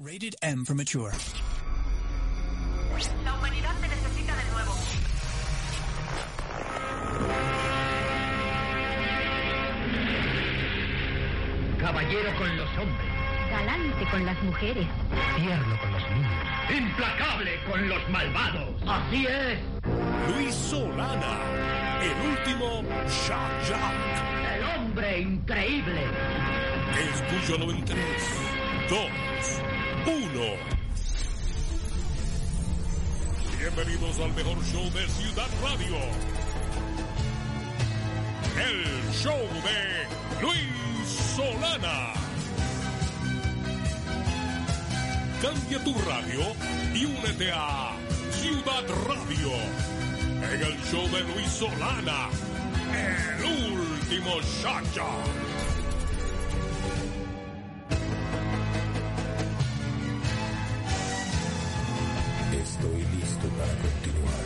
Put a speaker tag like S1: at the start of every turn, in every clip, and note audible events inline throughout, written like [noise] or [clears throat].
S1: Rated M for mature.
S2: La humanidad te necesita de nuevo.
S3: Caballero con los hombres,
S4: Galante con las mujeres.
S3: tierno con los niños, implacable con los malvados. Así es.
S5: Luis Solana, el último Shock Jock.
S3: El hombre increíble.
S5: Es Cuyo 93, 2, 1. Bienvenidos al mejor show de Ciudad Radio. El show de Luis Solana. Cambia tu radio y únete a Ciudad Radio. En el show de Luis Solana, el último Shacha.
S6: Estoy listo para continuar.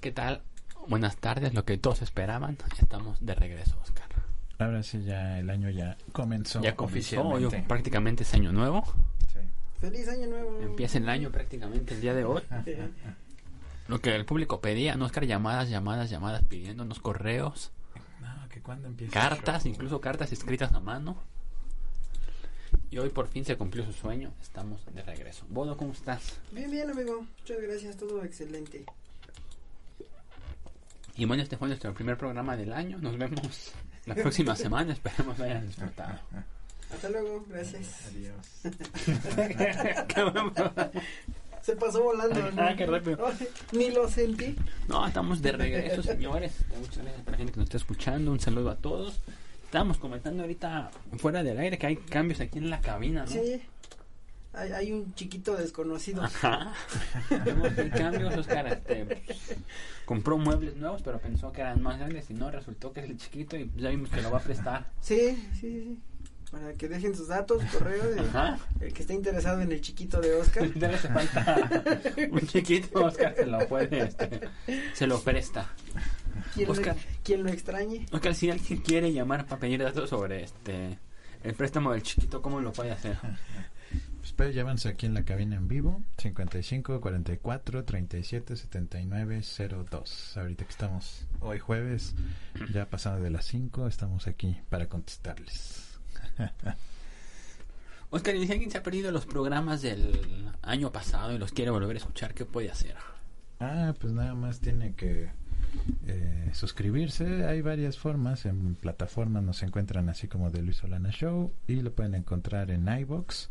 S7: ¿Qué tal? Buenas tardes, lo que todos esperaban. Estamos de regreso, Oscar.
S8: Ahora sí, ya el año ya comenzó.
S7: ya comenzó, hoy
S8: oficialmente.
S7: prácticamente es año nuevo.
S8: Sí.
S9: Feliz año nuevo.
S7: Empieza el año prácticamente el día de hoy. Lo que el público pedía, ¿no, Oscar? Llamadas, llamadas, llamadas, pidiéndonos correos,
S8: No, Ah, que cuando empieza.
S7: cartas, incluso cartas escritas a mano. Y hoy por fin se cumplió su sueño, estamos de regreso. Bodo, ¿cómo estás?
S9: Bien, bien, amigo. Muchas gracias. Todo excelente.
S7: Y bueno, este fue nuestro primer programa del año. Nos vemos la próxima semana, esperemos lo hayan disfrutado.
S9: Hasta luego. Gracias.
S8: Adiós.
S9: Se pasó volando. ¿no?
S7: Ah, qué rápido.
S9: Ni lo sentí.
S7: [laughs] No, estamos de regreso, señores. Muchas gracias a la gente que nos está escuchando. Un saludo a todos. Estábamos comentando ahorita fuera del aire que hay cambios aquí en la cabina, ¿no?
S9: Sí. Hay, hay un chiquito desconocido.
S7: Ajá. Vemos que hay cambios, Oscar. Este, pues, compró muebles nuevos, pero pensó que eran más grandes y no, resultó que es el chiquito y ya vimos que lo va a prestar.
S9: Sí, sí, sí, sí. Para que dejen sus datos, correo. y
S7: Ajá.
S9: el que esté interesado en el chiquito de
S7: [laughs]
S9: Oscar.
S7: Ya le hace falta un chiquito, Oscar se lo puede, este, se lo presta.
S9: Quien,
S7: Oscar.
S9: Lo, quien lo
S7: [laughs]
S9: extrañe.
S7: Oscar, si alguien quiere llamar para pedir datos sobre este el préstamo del chiquito, ¿cómo lo puede hacer?
S8: Pues, pero llévanse aquí en la cabina en vivo. 55 44 37 79 02. Ahorita que estamos hoy jueves, ya pasado de las 5, estamos aquí para contestarles. [laughs]
S7: Oscar, y si alguien se ha perdido los programas del año pasado y los quiere volver a escuchar, ¿qué puede hacer?
S8: Ah, pues nada más tiene que eh, suscribirse. Hay varias formas. En plataformas nos encuentran así como de Luis Solana Show y lo pueden encontrar en iBox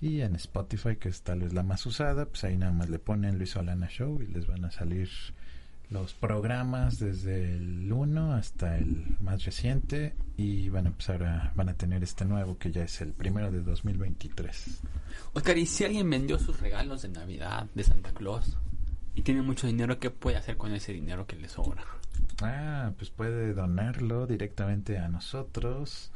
S8: y en Spotify, que es tal vez la más usada. Pues ahí nada más le ponen Luis Solana Show y les van a salir los programas desde el 1 hasta el más reciente. Y bueno, pues ahora van a tener este nuevo que ya es el primero de 2023.
S7: Oscar, y si alguien vendió sus regalos de Navidad, de Santa Claus, y tiene mucho dinero, ¿qué puede hacer con ese dinero que le sobra?
S8: Ah, pues puede donarlo directamente a nosotros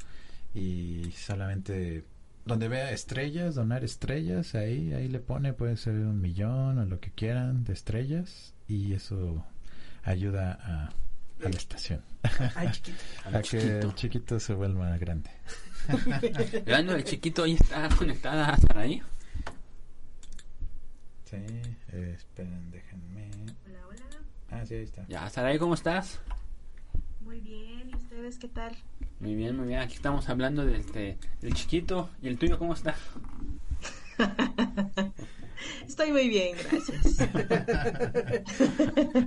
S8: y solamente donde vea estrellas, donar estrellas, ahí, ahí le pone, puede ser un millón o lo que quieran de estrellas y eso ayuda a, a la estación.
S9: Ay, chiquito.
S7: Al
S8: [laughs] A que
S7: chiquito.
S8: el chiquito se vuelva grande.
S7: Hablando del chiquito, ahí está conectada a Saraí.
S8: Sí, eh, esperen, déjenme.
S2: Hola, hola.
S8: Ah, sí, ahí está.
S7: Ya, Saraí, ¿cómo estás?
S2: Muy bien. ¿Y ustedes qué tal?
S7: Muy bien, muy bien. Aquí estamos hablando del, este, del chiquito. ¿Y el tuyo cómo está?
S2: Estoy muy bien, gracias.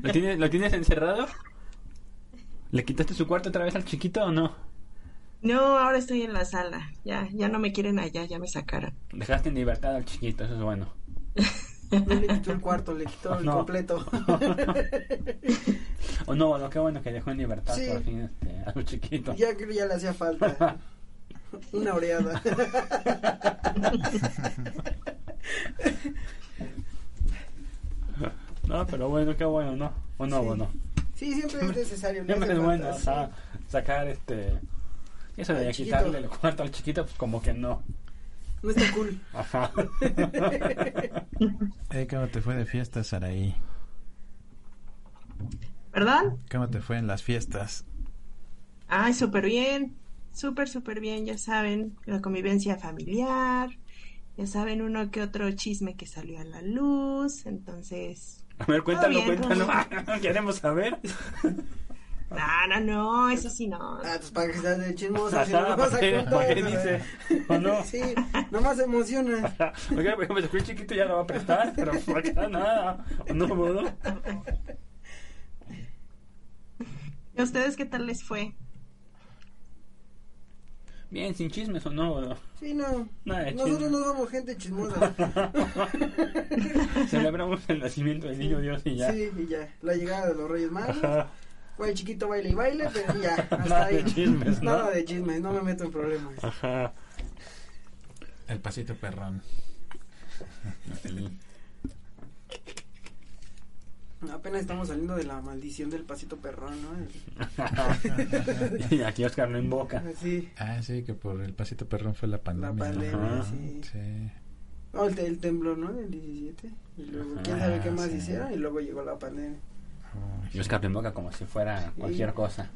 S7: ¿Lo tienes, ¿Lo tienes encerrado? ¿Le quitaste su cuarto otra vez al chiquito o no?
S2: No, ahora estoy en la sala. Ya, ya no me quieren allá, ya me sacaron.
S7: Dejaste en libertad al chiquito, eso es bueno.
S9: No le quitó el cuarto, le quitó el
S7: No. [laughs]
S9: completo.
S7: O no, no, qué bueno que dejó en libertad
S9: Sí.
S7: por fin este, a su chiquito.
S9: ya creo ya le hacía falta. Una oreada.
S7: [laughs] No, pero bueno, qué bueno, ¿no? O no,
S9: Sí.
S7: bueno.
S9: Sí, siempre es necesario. no
S7: Siempre
S9: hace
S7: es bueno
S9: falta,
S7: sa- sacar este. Eso
S9: Al
S7: de
S9: chiquito.
S7: quitarle el cuarto al chiquito, pues como que no.
S9: sí. No está cool. [laughs]
S7: Ajá. [laughs]
S8: Eh, ¿Cómo te fue de fiestas, Saraí?
S2: ¿Perdón?
S8: ¿Cómo te fue en las fiestas?
S2: Ay, súper bien, súper, súper bien, ya saben, la convivencia familiar, ya saben uno que otro chisme que salió a la luz, entonces,
S7: A ver, cuéntalo,
S2: Todo bien, todo
S7: cuéntalo. [laughs] Queremos saber.
S2: no, no, no, eso sí no.
S9: Ah, pues para que estás de chismosa. si no lo
S7: Ajá,
S9: vas
S7: ¿Para
S9: a
S7: qué
S9: contar,
S7: para qué
S9: ¿verdad?
S7: dice? ¿O no?
S9: [laughs] Sí, nomás se emociona.
S7: Ajá. Ok, por ejemplo, el chiquito ya lo va a prestar, pero por acá nada. ¿O no, modo?
S2: ¿Y a ustedes qué tal les fue?
S7: Bien, sin chismes o no,
S9: [laughs]
S7: modo.
S9: Sí, no.
S7: Nada de
S9: Nosotros
S7: chismes.
S9: no somos gente
S7: [laughs]
S9: chismosa.
S7: Celebramos el nacimiento del niño Dios y ya.
S9: Sí, y ya. La llegada de los Reyes Magos.
S7: Ajá.
S9: Fue el chiquito baile y baile,
S7: [laughs]
S9: pero ya. Hasta
S7: Nada de
S9: ahí.
S7: chismes, ¿no?
S9: Nada de chismes, no me meto en problemas.
S7: Ajá.
S8: El pasito
S7: [laughs]
S8: perrón.
S9: Apenas estamos saliendo de la maldición del pasito perrón,
S7: [laughs]
S9: ¿no? El-
S7: y aquí Oscar no invoca.
S9: Sí,
S8: Ah, sí, que por el pasito perrón fue la pandemia.
S9: la
S8: ¿no?
S9: pandemia,
S7: Ajá.
S9: sí.
S8: Sí.
S9: No, el, te- el temblor, ¿no? El 17. Y luego, quién
S7: Ajá,
S9: sabe qué más
S8: sí.
S9: hicieron. Y luego llegó la pandemia.
S8: Uy,
S7: Y Oscar no invoca como si fuera cualquier cosa.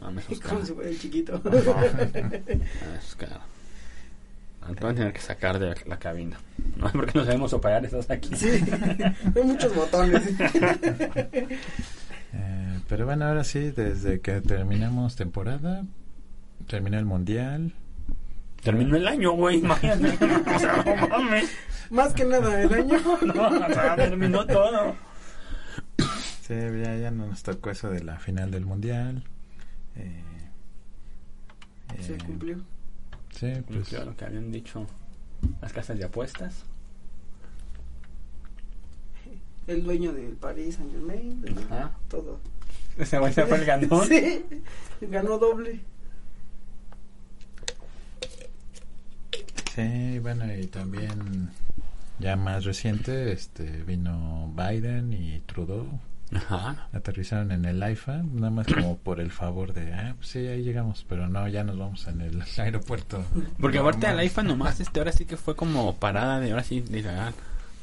S7: Mames, Oscar.
S9: Como si fuera Pues
S7: [laughs]
S9: el chiquito.
S7: Ah, Oscar. Antes van a tener que sacar de la cabina. No es porque no sabemos operar, estás aquí.
S9: sí, hay muchos botones. [laughs]
S8: Eh, pero bueno, ahora sí, desde que terminamos temporada, terminó el mundial.
S7: Terminó el año, güey. [laughs] Imagínate. O sea, no mames.
S9: más que nada, el año.
S7: No, [laughs] o sea, terminó todo.
S8: Sí, ya, ya no nos tocó eso de la final del mundial. Eh,
S9: Se
S8: eh,
S9: cumplió.
S8: Sí, pues.
S7: Cumplió lo que habían dicho las casas de apuestas.
S9: El dueño del París, Saint Germain, de-
S7: Ajá.
S9: todo.
S7: Ese güey se fue el ganón.
S9: Sí, ganó doble.
S8: Sí, bueno, y también ya más reciente, este, vino Biden y Trudeau.
S7: Ajá.
S8: Aterrizaron en el AIFA, nada más [coughs] como por el favor de, ah, pues sí, ahí llegamos, pero no, ya nos vamos en el [laughs] aeropuerto.
S7: Porque aparte
S8: normal.
S7: al IFA nomás, este, ahora sí que fue como parada de, ahora sí, dice, ah,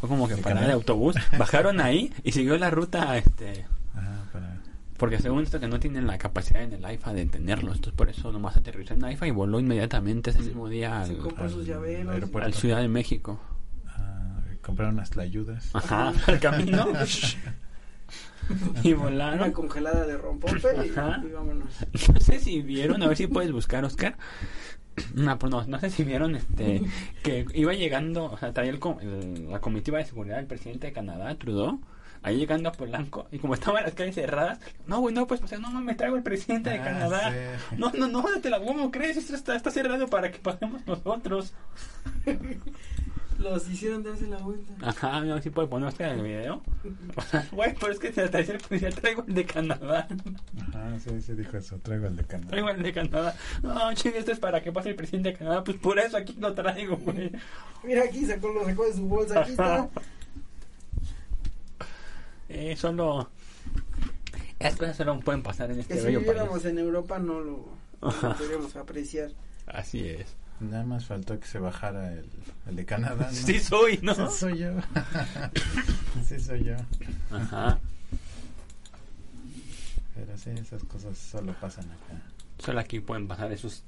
S7: fue como que
S8: ¿De
S7: parada de
S8: camión?
S7: autobús. Bajaron ahí y siguió la ruta, este,
S8: Ah, para-
S7: porque según esto que no tienen la capacidad en el IFA de entenderlo. Entonces por eso nomás aterrizó en IFA y voló inmediatamente ese mismo día
S9: Se
S7: al,
S9: compró sus
S8: al
S9: llaveros.
S8: aeropuerto.
S7: al Ciudad de México.
S8: ah, compraron las ayudas. [laughs]
S7: [laughs] Ajá, al camino. y volaron.
S9: Una congelada de rompope y,
S7: Ajá.
S9: y vámonos.
S7: No sé si vieron, a ver si puedes buscar, Oscar. [clears throat] No, pues no, no sé si vieron este, que iba llegando, o sea, traía el com- el- la comitiva de seguridad del presidente de Canadá, Trudeau, ahí llegando a Polanco, y como estaban las calles cerradas, no, güey, no, pues, o sea, no, no, me traigo el presidente de
S8: Ah,
S7: Canadá.
S8: sí.
S7: No, no, no, te la ¿cómo crees? Esto está, está cerrado para que paguemos nosotros.
S9: Los hicieron darse la vuelta.
S7: Ajá, no, si puede poner Oscar en el video. [laughs] O sea, güey, pero es que se traía el presidente, traigo el de Canadá.
S8: Ajá, sí, sí, dijo eso, traigo el de Canadá.
S7: Traigo el de Canadá. No, chingue, esto es para que pase el presidente de Canadá. Pues por eso aquí lo traigo, güey.
S9: Mira aquí, sacó, lo sacó de su bolsa. Aquí está.
S7: Eh, solo. Estas cosas solo pueden pasar en este
S9: Que si
S7: bello
S9: viviéramos
S7: país.
S9: en Europa no lo, no lo podríamos apreciar.
S7: Así es.
S8: Nada más faltó que se bajara el, el de Canadá. Ah, ¿no?
S7: Sí, soy, ¿no?
S8: Sí soy yo. [laughs] sí soy yo.
S7: Ajá.
S8: Pero sí, esas cosas solo pasan acá.
S7: Solo aquí pueden pasar esos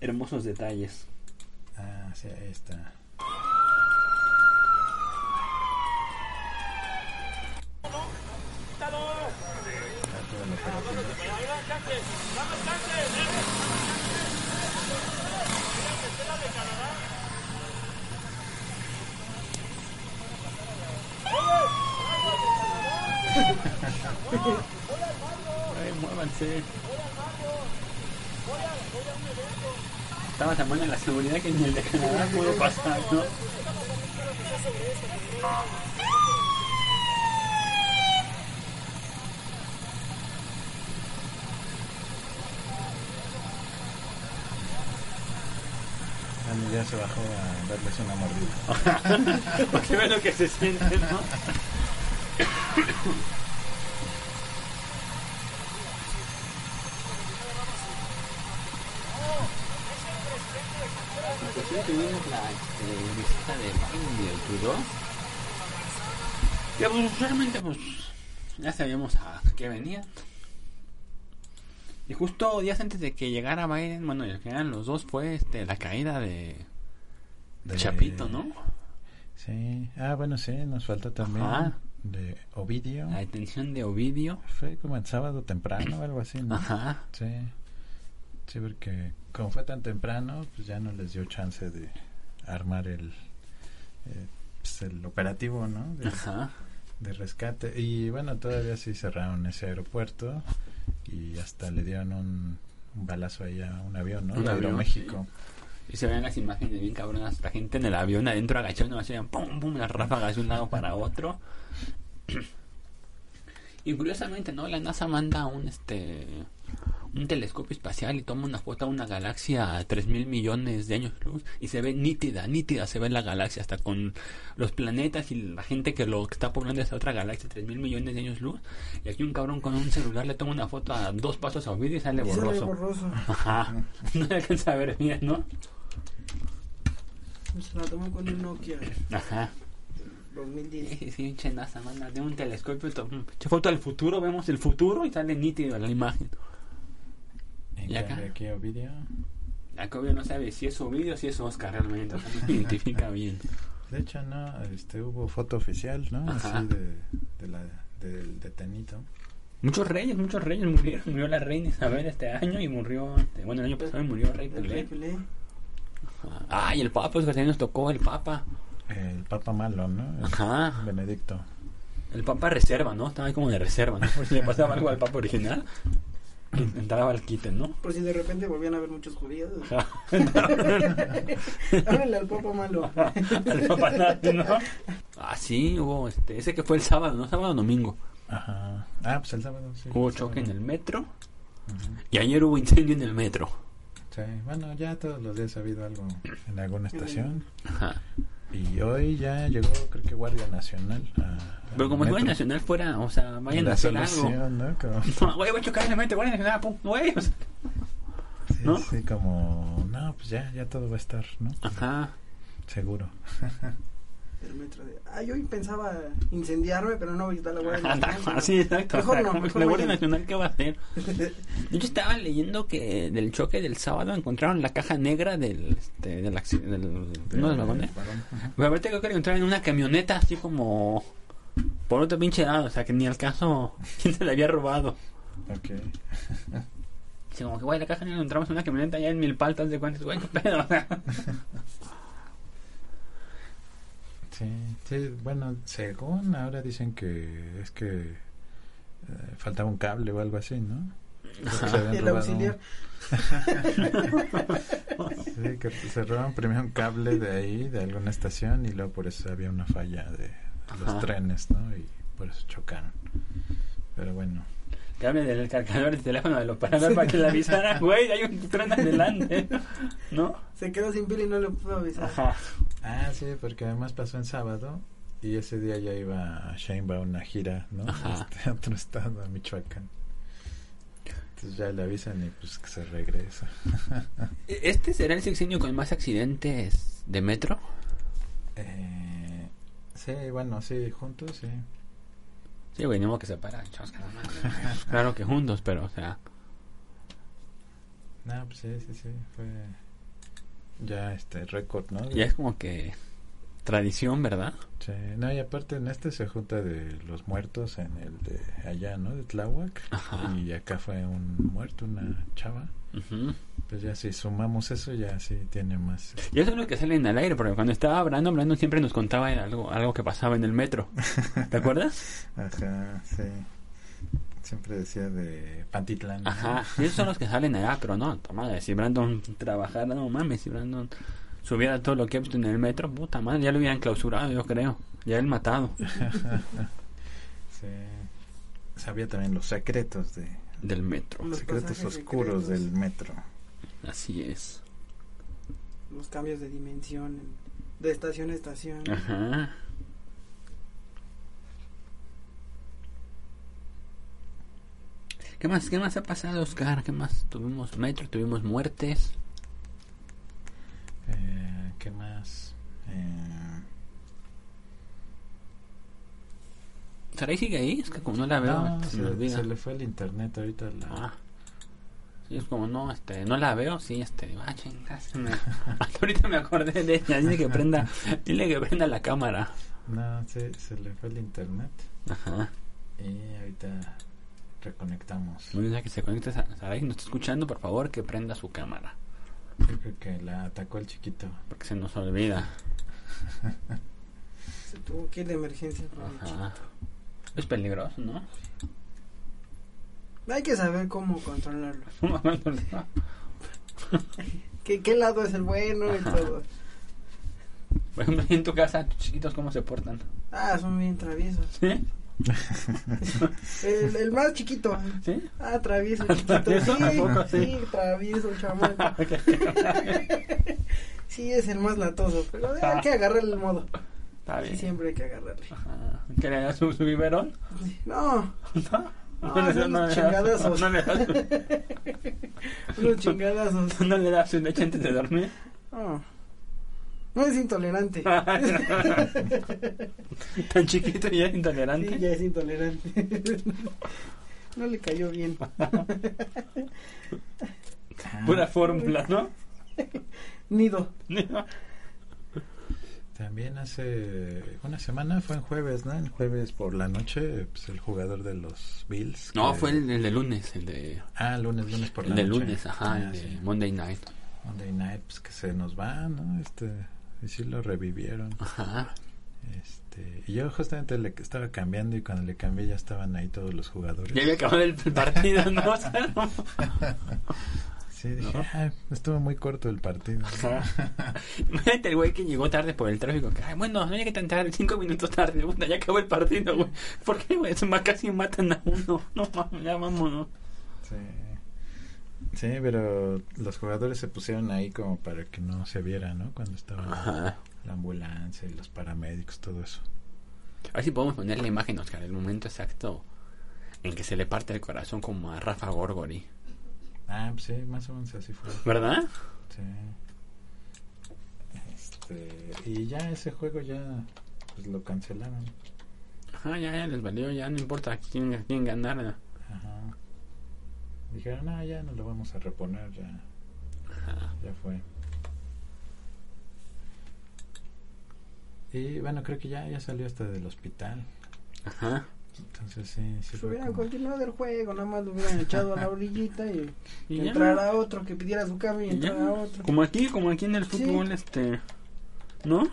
S7: hermosos detalles.
S8: Ah, sí, ahí está. Ah, todo lo que-
S7: Ay, muévanse. Estaba tan buena la seguridad que ni el de Canadá pudo pasar, ¿no?
S8: Andy Ah, ya se bajó a darles una mordida.
S7: Porque ve lo que se siente, ¿no? Inclusive tuvimos la eh, visita de Biden del Trudeau. Ya, pues realmente, pues ya sabíamos a qué venía. Y justo días antes de que llegara Biden, bueno, ya que eran los dos, fue este, la caída de,
S8: De-
S7: Chapito, ¿no?
S8: Sí. Ah, bueno, sí, nos falta también
S7: Ajá.
S8: de Ovidio.
S7: La detención de Ovidio.
S8: Fue como el sábado temprano o algo así, ¿no?
S7: Ajá.
S8: Sí. Sí, porque como fue tan temprano, pues ya no les dio chance de armar el, eh, pues, el operativo, ¿no? De,
S7: Ajá.
S8: de rescate. Y bueno, todavía sí cerraron ese aeropuerto y hasta le dieron un, un balazo ahí a un avión, ¿no?
S7: Un
S8: De
S7: avión,
S8: Aeroméxico.
S7: Y se ven las imágenes bien cabronas. La gente en el avión adentro agachando, hacían pum, pum, las ráfagas de un lado para otro. Y curiosamente, ¿no? La NASA manda un este un telescopio espacial y toma una foto a una galaxia a 3 mil millones de años luz y se ve nítida, nítida se ve la galaxia hasta con los planetas y la gente que lo que está poblando esa otra galaxia 3 mil millones de años luz y aquí un cabrón con un celular le toma una foto a dos pasos a Ovidio y sale
S9: Y sale
S7: borroso.
S9: borroso.
S7: Ajá. [laughs] No le alcanza a ver bien, ¿no?
S9: Se la tomó con un Nokia
S7: Ajá.
S9: 2010.
S7: [laughs] Sí, sí, pinche NASA, manda de un telescopio. to- mm, Che foto al futuro, vemos el futuro y sale nítido la imagen.
S8: En
S7: ¿Y acá?
S8: cambio aquí Ovidio.
S7: La Cobio no sabe si es Ovidio o si es Oscar realmente. o sea, no se
S9: [laughs]
S7: identifica bien.
S8: De hecho, no, este, hubo foto oficial, ¿no?
S7: Ajá.
S8: Así de, de la, del detenido.
S7: Muchos reyes, muchos reyes murieron. Murió la reina Isabel este año y murió. este, bueno, el año pasado murió [laughs] el rey
S9: El
S7: Pelé.
S9: Rey Pelé.
S7: Ajá. Ah, y el Papa, Oscar, también nos tocó el Papa.
S8: El Papa Malo, ¿no?
S7: Ajá.
S8: Benedicto.
S7: El Papa reserva, ¿no? Estaba ahí como de reserva, ¿no? Por si le pasaba algo al Papa original, entraba al quite, ¿no? [laughs]
S9: Por si de repente volvían a haber muchos judíos. [laughs]
S7: Ajá.
S9: Háblale al papa malo.
S7: [laughs] Al Papa Nazi, ¿no? Ah, sí, hubo este. Ese que fue el sábado, ¿no? Sábado o domingo.
S8: Ajá. Ah, pues el sábado, sí.
S7: Hubo
S8: el
S7: choque en
S8: sábado.
S7: el metro.
S8: Ujú.
S7: Y ayer hubo incendio en el metro.
S8: Sí, bueno, ya todos los días ha habido algo en alguna estación.
S7: Ajá.
S8: Y hoy ya llegó, creo que Guardia Nacional. a-
S7: Pero como
S8: al
S7: si Guardia
S8: metro.
S7: Nacional fuera, o sea, vayan
S8: La
S7: a hacer algo.
S8: solución, ¿no?
S7: [laughs]
S8: Como,
S7: No, güey, voy a chocar en el metro, Guardia Nacional, pum, güey. o sea.
S8: sí,
S7: ¿No?
S8: sí, como, no, pues ya, ya todo va a estar, ¿no?
S7: Ajá.
S8: Seguro.
S9: El metro de. Ah, yo hoy pensaba incendiarme, pero no voy a quitar la
S7: [laughs]
S9: Guardia Nacional.
S7: Así, Ah, exacto. o
S9: Mejor
S7: sea,
S9: no,
S7: como que
S9: mejor
S7: la Guardia
S9: vayan.
S7: Nacional, ¿qué va a hacer?
S9: [laughs]
S7: Yo estaba leyendo que del choque del sábado encontraron la caja negra del, este, del, acci- del- de uno de los vagones.
S8: Varón. Ajá.
S7: Pero ahorita creo que la encontraron en una camioneta así como por otro pinche lado, o sea que ni al caso [laughs] quién se la había robado.
S8: Ok.
S7: Así como que, güey, la caja negra la encontramos en una camioneta allá en mil paltas de cuentas, güey, qué pedo. [laughs]
S8: Sí, sí, bueno, según ahora dicen que es que eh, faltaba un cable o algo así, ¿no? Creo
S7: [laughs]
S8: que se habían
S9: El
S8: robado-
S9: auxiliar.
S8: [laughs]
S9: [laughs]
S8: Sí, que se roban primero un cable de ahí, de alguna estación, y luego por eso había una falla de los
S7: Ajá.
S8: trenes, ¿no? Y por eso chocaron. Pero bueno.
S7: Que hable del cargador del teléfono del operador para que le avisara, [laughs] güey, hay un tren adelante, ¿no?
S9: Se quedó sin pila y no le pudo avisar.
S7: Ajá.
S8: Ah, sí, porque además pasó en sábado y ese día ya iba Shane va a una gira, ¿no?
S7: Ajá.
S8: [laughs] Este, a otro estado, a Michoacán. Entonces ya le avisan y pues que se regresa. [laughs]
S7: ¿Este será el sexenio con más accidentes de metro?
S8: Eh, sí, bueno, sí, juntos, sí.
S7: Sí, güey, ni modo que se para, chosca, no mames. Claro que juntos, pero, o sea,
S8: No, pues sí, sí, sí, fue ya este récord, ¿no?
S7: ya es como que tradición, ¿verdad?
S8: Sí, no, y aparte en este se junta de los muertos en el de allá, ¿no? De Tláhuac.
S7: Ajá.
S8: Y acá fue un muerto, una chava.
S7: Ujú.
S8: Pues ya si sumamos eso, ya sí tiene más. este,
S7: Y eso es lo que sale en el aire, porque cuando estaba Brandon, Brandon siempre nos contaba algo, algo que pasaba en el metro. ¿Te acuerdas?
S8: Ajá, sí. Siempre decía de Pantitlán. ¿no?
S7: Ajá. Y esos son los que salen allá, pero no, toma, si Brandon trabajara, no mames, si Brandon subiera todo lo que ha visto en el metro, puta madre, ya lo hubieran clausurado, yo creo. Ya el matado
S8: [laughs] Sí. Sabía también los secretos de
S7: del metro.
S9: Los
S8: secretos
S9: pasajes
S8: oscuros
S9: secretos,
S8: del metro.
S7: Así es.
S9: Los cambios de dimensión.
S7: Ah.
S9: De estación a estación.
S7: Ajá. ¿Qué más, ¿Qué más ha pasado, Oscar? ¿Qué más? Tuvimos metro, tuvimos muertes.
S8: Eh, ¿Qué más? Eh,
S7: ¿Saray sigue ahí? Es que como no la veo, este,
S8: no,
S7: se,
S8: se,
S7: me olvida.
S8: se le fue el internet ahorita. la-
S7: Ah. Sí, es como no, este, no la veo, sí, este, digo, ah, chingas, se
S8: [laughs]
S7: me- [laughs] Hasta ahorita me acordé de ella, dile que prenda, dile que prenda la cámara.
S8: No, se, se le fue el internet.
S7: Ajá.
S8: Y ahorita reconectamos.
S7: Bueno, ya que se conecte Sa- Saray, nos está escuchando, por favor, que prenda su cámara,
S8: Yo creo que la atacó el chiquito.
S7: porque se nos olvida.
S9: Se tuvo que ir de emergencia. aprovecho.
S7: Ajá. Es peligroso, ¿no? [laughs]
S9: Hay que saber cómo controlarlo.
S7: No.
S9: ¿Qué, qué lado es el bueno y todo?
S7: Por ejemplo, en tu casa, tus chiquitos, ¿cómo se portan?
S9: Ah, son bien traviesos.
S7: ¿Sí?
S9: El, el más chiquito.
S7: ¿Sí?
S9: Ah,
S7: [laughs]
S9: travieso, chiquito.
S7: ¿Travieso? ¿A poco
S9: Sí,
S7: sí?
S9: sí, travieso, chaval.
S7: [laughs]
S9: [laughs] Sí, es el más latoso, pero hay que agarrarle el modo.
S7: Ah. Está
S9: Sí,
S7: bien.
S9: siempre hay que agarrarle.
S7: Ajá. ¿Que le das su, su biberón? [laughs]
S9: No,
S7: No,
S9: Ah, no,
S7: le-
S9: unos
S7: le das-
S9: chingadazos.
S7: no le das su-
S9: unos
S7: [laughs]
S9: chingadazos.
S7: ¿No le das su leche antes de dormir? [laughs] Ah.
S9: No. No es intolerante.
S7: Tan chiquito y ya
S9: Sí, ya
S7: intolerante.
S9: es intolerante. [laughs] No le cayó bien.
S7: Pura fórmula, ¿no? [laughs]
S9: Nido.
S8: También hace una semana, fue en jueves, ¿no? En jueves por la noche, pues el jugador de los Bills.
S7: No,
S8: que-
S7: fue el, el de lunes, el de,
S8: Ah, lunes, lunes por
S7: el
S8: la
S7: de
S8: noche.
S7: lunes, ajá,
S8: Ah,
S7: el de
S8: sí.
S7: Monday Night.
S8: Monday Night, pues que se nos va, ¿no? Este, y sí lo revivieron.
S7: Ajá.
S8: Este, y yo justamente le estaba cambiando y cuando le cambié ya estaban ahí todos los jugadores.
S7: Ya había acabado el partido, ¿no? [laughs] O sea,
S8: [laughs]
S7: no.
S8: Sí, dije, "Ah, estuvo muy corto el partido.
S7: Ajá. Imagínate el güey que llegó tarde por el tráfico. que, "Ay, bueno, no llegué tan tarde, cinco minutos tarde. puta, ya acabó el partido, güey. ¿Por qué, güey? Se ma- casi matan a uno. [laughs] No mames, ya vámonos.
S8: Sí. Sí, pero los jugadores se pusieron ahí como para que no se viera, ¿no? Cuando estaba
S7: Ajá.
S8: la ambulancia y los paramédicos, todo eso.
S7: A ver si podemos poner la imagen, Oscar, el momento exacto en que se le parte el corazón como a Rafa Gorgori.
S8: Ah, pues sí, más o menos así fue.
S7: ¿Verdad?
S8: Sí. Este, y ya ese juego ya pues lo cancelaron.
S7: Ajá, ya, ya les valió, ya no importa quién, quién ganara.
S8: Ajá. Dijeron, no, ya no lo vamos a reponer, ya,
S7: Ajá.
S8: ya fue. Y bueno, creo que ya, ya salió hasta del hospital.
S7: Ajá.
S8: Entonces sí, sí
S7: Pues
S9: Si
S8: fue
S9: hubieran
S8: como-
S9: continuado el juego, nada más lo hubieran echado
S7: [laughs]
S9: a la orillita y
S7: Y
S9: que
S7: ya.
S9: entrara otro, que pidiera su cambio y
S7: Y ya.
S9: entrara otro.
S7: Como aquí, como aquí en el fútbol, este. ¿No?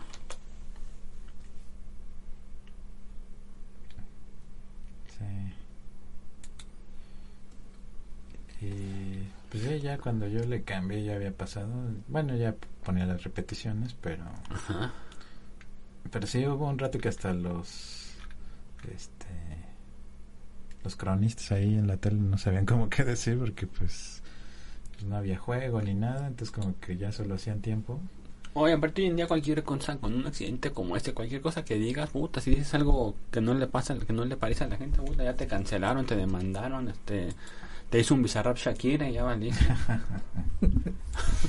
S8: Sí. Y pues sí, ya cuando yo le cambié ya había pasado. Bueno, ya ponía las repeticiones, pero
S7: Ajá.
S8: pero sí hubo un rato que hasta los este los cronistas ahí en la tele no sabían cómo qué decir porque pues, pues no había juego ni nada, entonces como que ya solo hacían tiempo.
S7: Oye, aparte hoy en día cualquier cosa con un accidente como este, cualquier cosa que digas, puta, si dices algo que no le pasa, que no le parece a la gente, puta, ya te cancelaron, te demandaron, este, te hizo un bizarrap Shakira y ya valiste.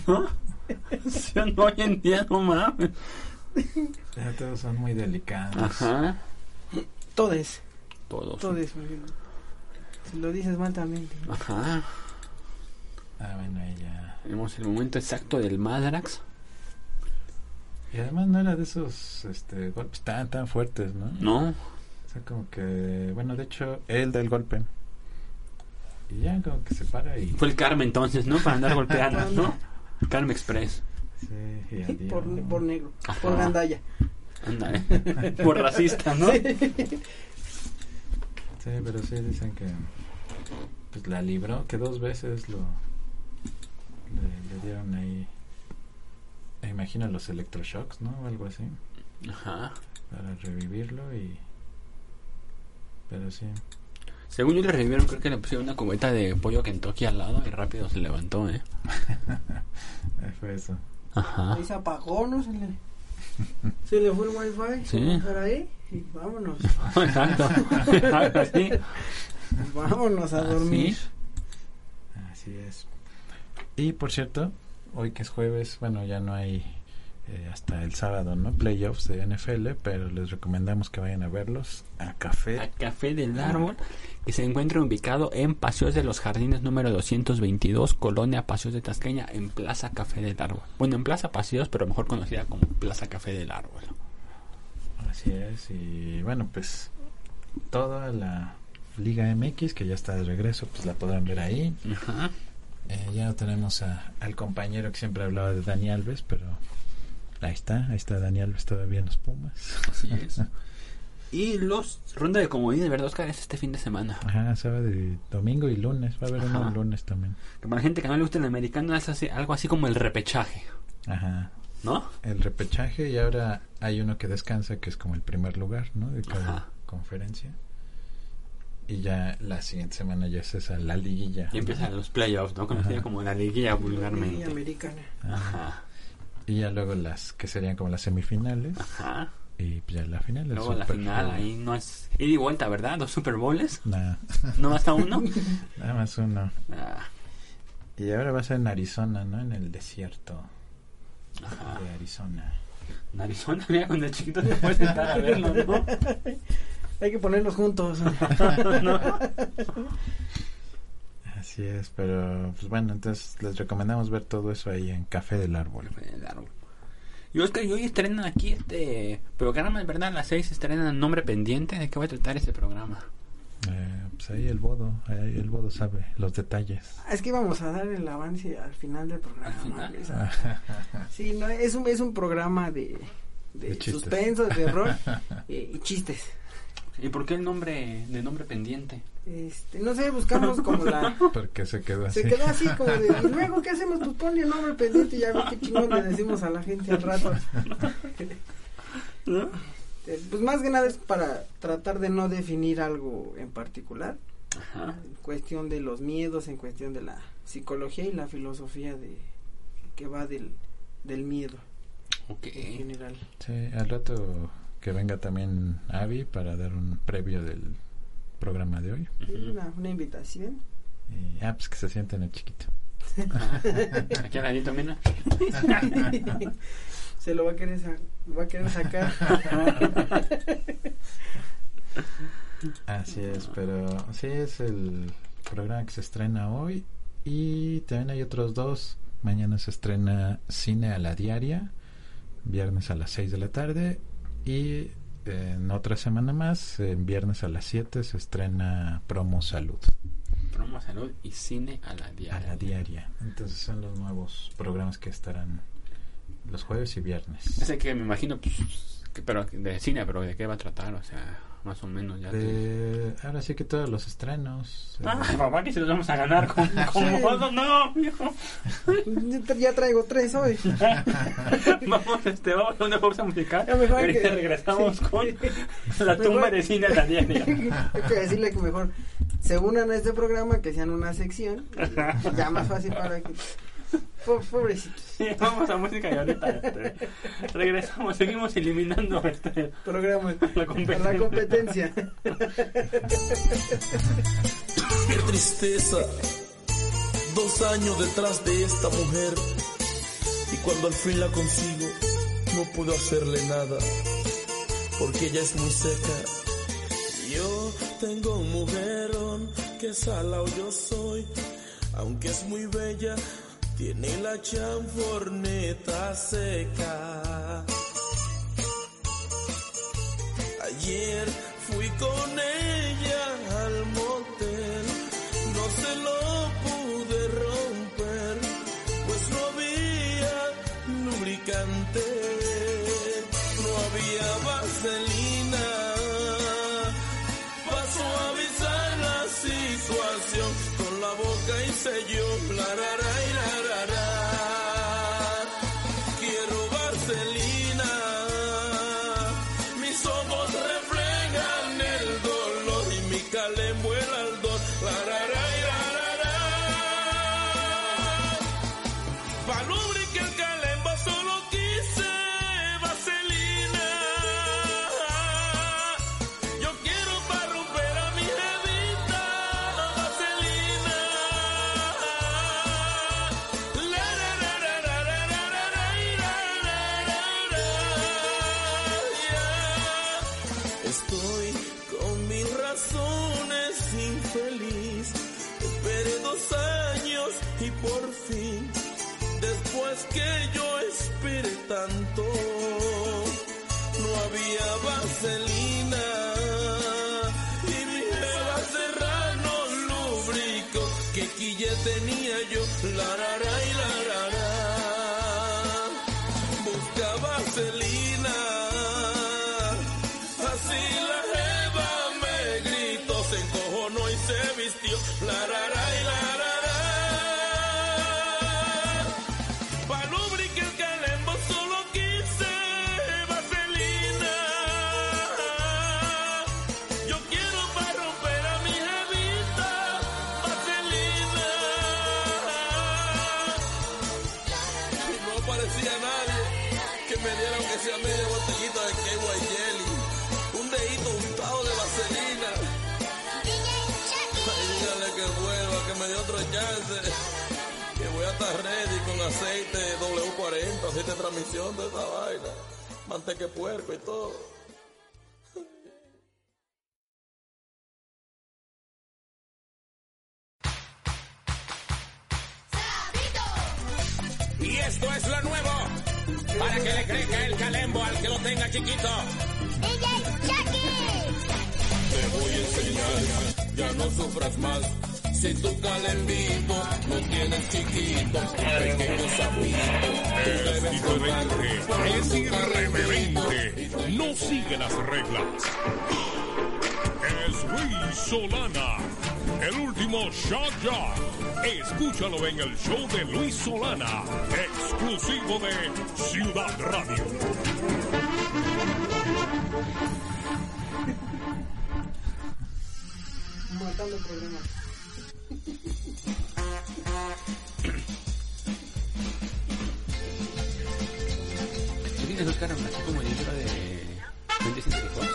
S7: ¿No? [laughs] Sí, no, hoy en día no mames.
S8: Ya todos son muy delicados.
S7: Ajá.
S9: Todes,
S7: Pues Todos.
S9: todes. muy bien. Si lo dices mal también.
S7: Ajá.
S8: Ah, bueno, y ya.
S7: Tenemos el momento exacto del Madrax.
S8: Y además no era de esos este golpes tan tan fuertes, ¿no?
S7: No.
S8: O sea, como que, bueno, de hecho, él da el golpe. Y ya como que se para y...
S7: Fue el Carmen entonces, ¿no? Para andar golpeando, ¿no? Carmen Express.
S8: Sí, y
S9: Sí,
S8: adiós.
S9: por, por negro,
S7: Ajá.
S9: por gandalla.
S7: [laughs] Ándale. Por racista, ¿no?
S8: Sí, pero sí dicen que pues la libró, que dos veces lo le, le dieron ahí, me imagino los electroshocks, ¿no? O algo así,
S7: Ajá.
S8: para revivirlo y... Pero sí,
S7: Según yo le revivieron, creo que le pusieron una cubeta de pollo Kentucky al lado y rápido se levantó, ¿eh?
S8: ahí fue eso.
S7: Ajá. [laughs]
S9: Ahí se apagó, no se le. Se le fue el wifi,
S7: Sí.
S9: se va a dejar ahí y
S7: [laughs]
S9: vámonos.
S7: [laughs] Exacto. Exacto, sí.
S9: Vámonos a
S7: Así.
S9: dormir.
S8: Así es. Y por cierto, hoy que es jueves, bueno, ya no hay eh, hasta el sábado, ¿no? Playoffs de NFL, pero les recomendamos que vayan a verlos a
S7: A
S8: café.
S7: Café del Árbol, que se encuentra ubicado en Paseos de los Jardines número 222, Colonia Paseos de Tasqueña, en Plaza Café del Árbol. Bueno, en Plaza Paseos, pero mejor conocida como Plaza Café del Árbol.
S8: Así es. Y bueno, pues toda la Liga MX, que ya está de regreso, pues la podrán ver ahí.
S7: Ajá.
S8: Eh, ya no tenemos a- al compañero que siempre hablaba de Dani Alves, pero ahí está, ahí está Dani Alves todavía en los Pumas.
S7: Así es. Y los ronda de comodines, ¿verdad, Oscar? Es este fin de semana.
S8: [laughs] Ajá, sábado y domingo y lunes. Va a haber uno
S7: Ajá.
S8: el lunes también.
S7: Que para la gente que no le gusta el americano es así- algo así como el repechaje,
S8: Ajá.
S7: ¿no?
S8: El repechaje y ahora hay uno que descansa, que es como el primer lugar, ¿no? De cada
S7: Ajá.
S8: conferencia. Y ya la siguiente semana ya es esa, la liguilla.
S7: Y empiezan los playoffs, ¿no? Conocida
S8: Ajá.
S7: como la liguilla
S9: Y
S7: vulgarmente.
S9: americana.
S7: Ajá.
S8: Y ya luego las que serían como las semifinales.
S7: Ajá.
S8: Y pues ya la final. el
S7: Luego la
S8: Super
S7: final,
S8: Bowl.
S7: ahí no es ida y vuelta, ¿verdad? Dos Super Bowls,
S8: Nah, [laughs]
S7: no hasta uno.
S8: nada más uno.
S7: Ah,
S8: Y ahora va a ser en Arizona, ¿no? En el desierto
S7: ajá.
S8: de Arizona.
S7: En Arizona, mira, cuando el chiquito te puedes sentar a verlo,
S8: [laughs]
S7: ¿no? [laughs]
S9: Hay que ponernos juntos.
S7: ¿No?
S8: Así es, pero pues bueno, entonces les recomendamos ver todo eso ahí en Café del Árbol.
S7: El árbol. Y Oscar, y hoy estrenan aquí este programa, ¿verdad? A las seis estrenan Nombre Pendiente. ¿De qué va a tratar este programa?
S8: Eh, pues ahí el Bodo, ahí el Bodo sabe los detalles.
S9: Es que íbamos a dar el avance al final del programa.
S7: Al final.
S9: Luis. Sí, no, es un, es un programa de, de,
S8: De chistes.
S9: suspenso, de terror eh, y chistes.
S7: ¿Y por qué el nombre de Nombre Pendiente?
S9: Este, no sé, buscamos como la...
S8: Porque se quedó así.
S9: Se quedó así como de, y luego, ¿qué hacemos? Pues ponle el nombre pendiente y ya ve qué chingón le decimos a la gente al rato. Eh, Pues más que nada es para tratar de no definir algo en particular,
S7: Ajá.
S9: en cuestión de los miedos, en cuestión de la psicología y la filosofía de que va del, del miedo
S7: Ok.
S9: en general.
S8: [laughs] Sí, al rato que venga también Avi para dar un previo del programa de hoy.
S7: Ujú.
S9: Una, una invitación.
S8: Y, ah, pues que se sienten el chiquito.
S7: Aquí al ladito, mira.
S9: [laughs] [laughs] Se lo va a querer, sa- lo va a querer sacar.
S8: Así es, pero sí es el programa que se estrena hoy y también hay otros dos. Mañana se estrena Cine a la Diaria, viernes a las 6 de la tarde y eh, en otra semana más, en viernes a las 7 se estrena Promo Salud
S7: Promo Salud y Cine a la
S8: a
S7: Diaria.
S8: la Diaria. Entonces son los nuevos programas que estarán los jueves y viernes.
S7: Ese que me imagino, pues, que- pero de cine, pero ¿de qué va a tratar? O sea, más o menos ya. te-
S8: De- ahora sí que todos los estrenos. eh,
S7: Ah, papá, que se los vamos a ganar con,
S9: [laughs]
S7: con
S9: Sí.
S7: modo, no,
S9: [laughs]
S7: mijo.
S9: [laughs] ya traigo tres hoy.
S7: Vamos, este, vamos a una pausa musical.
S9: Ya mejor hay
S7: Ahorita
S9: que-
S7: regresamos
S9: sí.
S7: con la
S9: Mejor-
S7: tumba de cine a la diaria.
S9: [laughs] Hay que decirle que mejor se unan a este programa, que sean una sección. Ya más fácil para que. Po- Pobrecitos.
S7: Sí, vamos a música [laughs] y ahorita este, regresamos, seguimos eliminando este.
S9: Programa.
S7: La competencia.
S9: La competencia.
S1: Qué tristeza. Dos años detrás de esta mujer. Y cuando al fin la consigo, no puedo hacerle nada. Porque ella es muy seca. Yo tengo un mujerón que salao yo soy. Aunque es muy bella, tiene la chanforneta seca. Ayer fui con ella al motel, no se lo pude romper, pues no había lubricante, no había vaselina para suavizar la situación con la boca hice yo la rara y la quiero vaselina. Mis ojos reflejan el dolor y mi cale vuela al don. Larará y larará. Pa' lubricar el calemba solo quise vaselina. Estoy con mis razones infeliz. Esperé dos años y por fin, después que yo esperé tanto, no había vaselina. Y mi jeva serrano lubricó que aquí ya tenía yo. La rara y la rara. Buscaba vaselina. Así la jeva me gritó, se encojonó y se vistió. La rara y la rara. Pa' lubricar el calembo solo quise vaselina. Yo quiero para romper a mi jevita vaselina. Y no parecía nadie que me diera aunque sea media botellita de KY Jelly. Un dedito untado de vaselina. Ay, dígale que vuelva, que me dé otro chance. Que voy a estar ready con aceite W40, aceite de transmisión de esa vaina. Manteca de puerco y todo.
S10: Y esto es lo nuevo. Para que le crezca el calembo al que lo tenga chiquito.
S1: Te voy a enseñar, ya no sufras más. Si tu calembito no tienes chiquito, pequeño sapito,
S5: Es diferente, es irreverente, no sigue las reglas. Es Luis Solana, el último Shot Jock. Escúchalo en el show de Luis Solana, exclusivo de Ciudad Radio.
S9: Matando programas.
S7: ¿Tú tienes dos caras así como el libro de 20 Century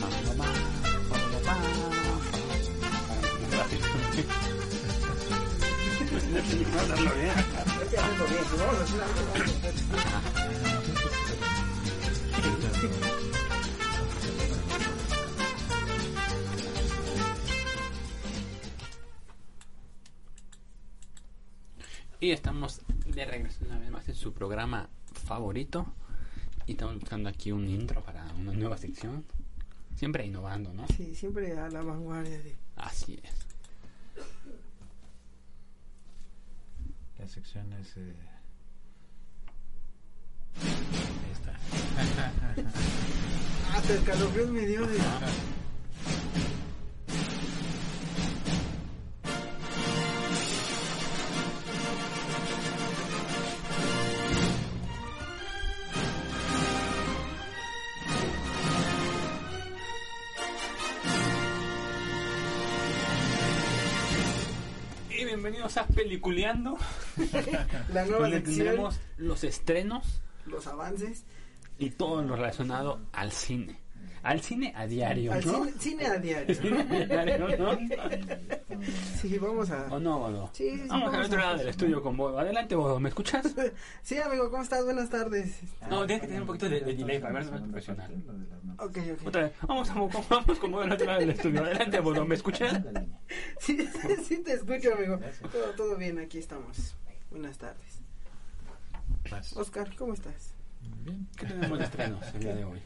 S7: Mamá, mamá,
S9: Hay que hacerlo bien, si vamos a hacer algo,
S7: Y estamos de regreso una vez más en su programa favorito. Y estamos buscando aquí un intro para una nueva sección. Siempre innovando, ¿no?
S9: Sí, siempre a la vanguardia de...
S7: Así es.
S8: La sección es... eh, Esta.
S9: Hasta escalofríos me dio de...
S7: Y bienvenidos a Peliculeando,
S9: La nueva
S7: donde Pues
S9: sección,
S7: tendremos los estrenos
S9: los avances.
S7: y todo lo relacionado al cine. Al cine a diario,
S9: Al
S7: ¿no? [laughs]
S9: cine, cine a diario.
S7: Cine a diario, ¿no?
S9: Sí, vamos
S7: ¿O
S9: a...
S7: no, Bodo?
S9: Sí, sí,
S7: Vamos
S9: vamos
S7: al otro
S9: a-
S7: lado del estudio con Bodo. Adelante, Bodo, ¿me escuchas?
S9: Sí, amigo, ¿cómo estás? Buenas tardes.
S7: No, tienes que tener un poquito de, de delay para verse más profesional.
S9: Ok, ok.
S7: Otra vez, vamos, a, vamos con Bodo al otro lado del estudio. Adelante, Bodo, ¿me escuchas?
S9: Sí, [laughs] sí te escucho, amigo. Todo, todo bien, aquí estamos. Buenas tardes.
S8: Vas.
S9: Oscar, ¿cómo estás?
S8: Bien.
S7: ¿Qué tenemos de estrenos el día de hoy?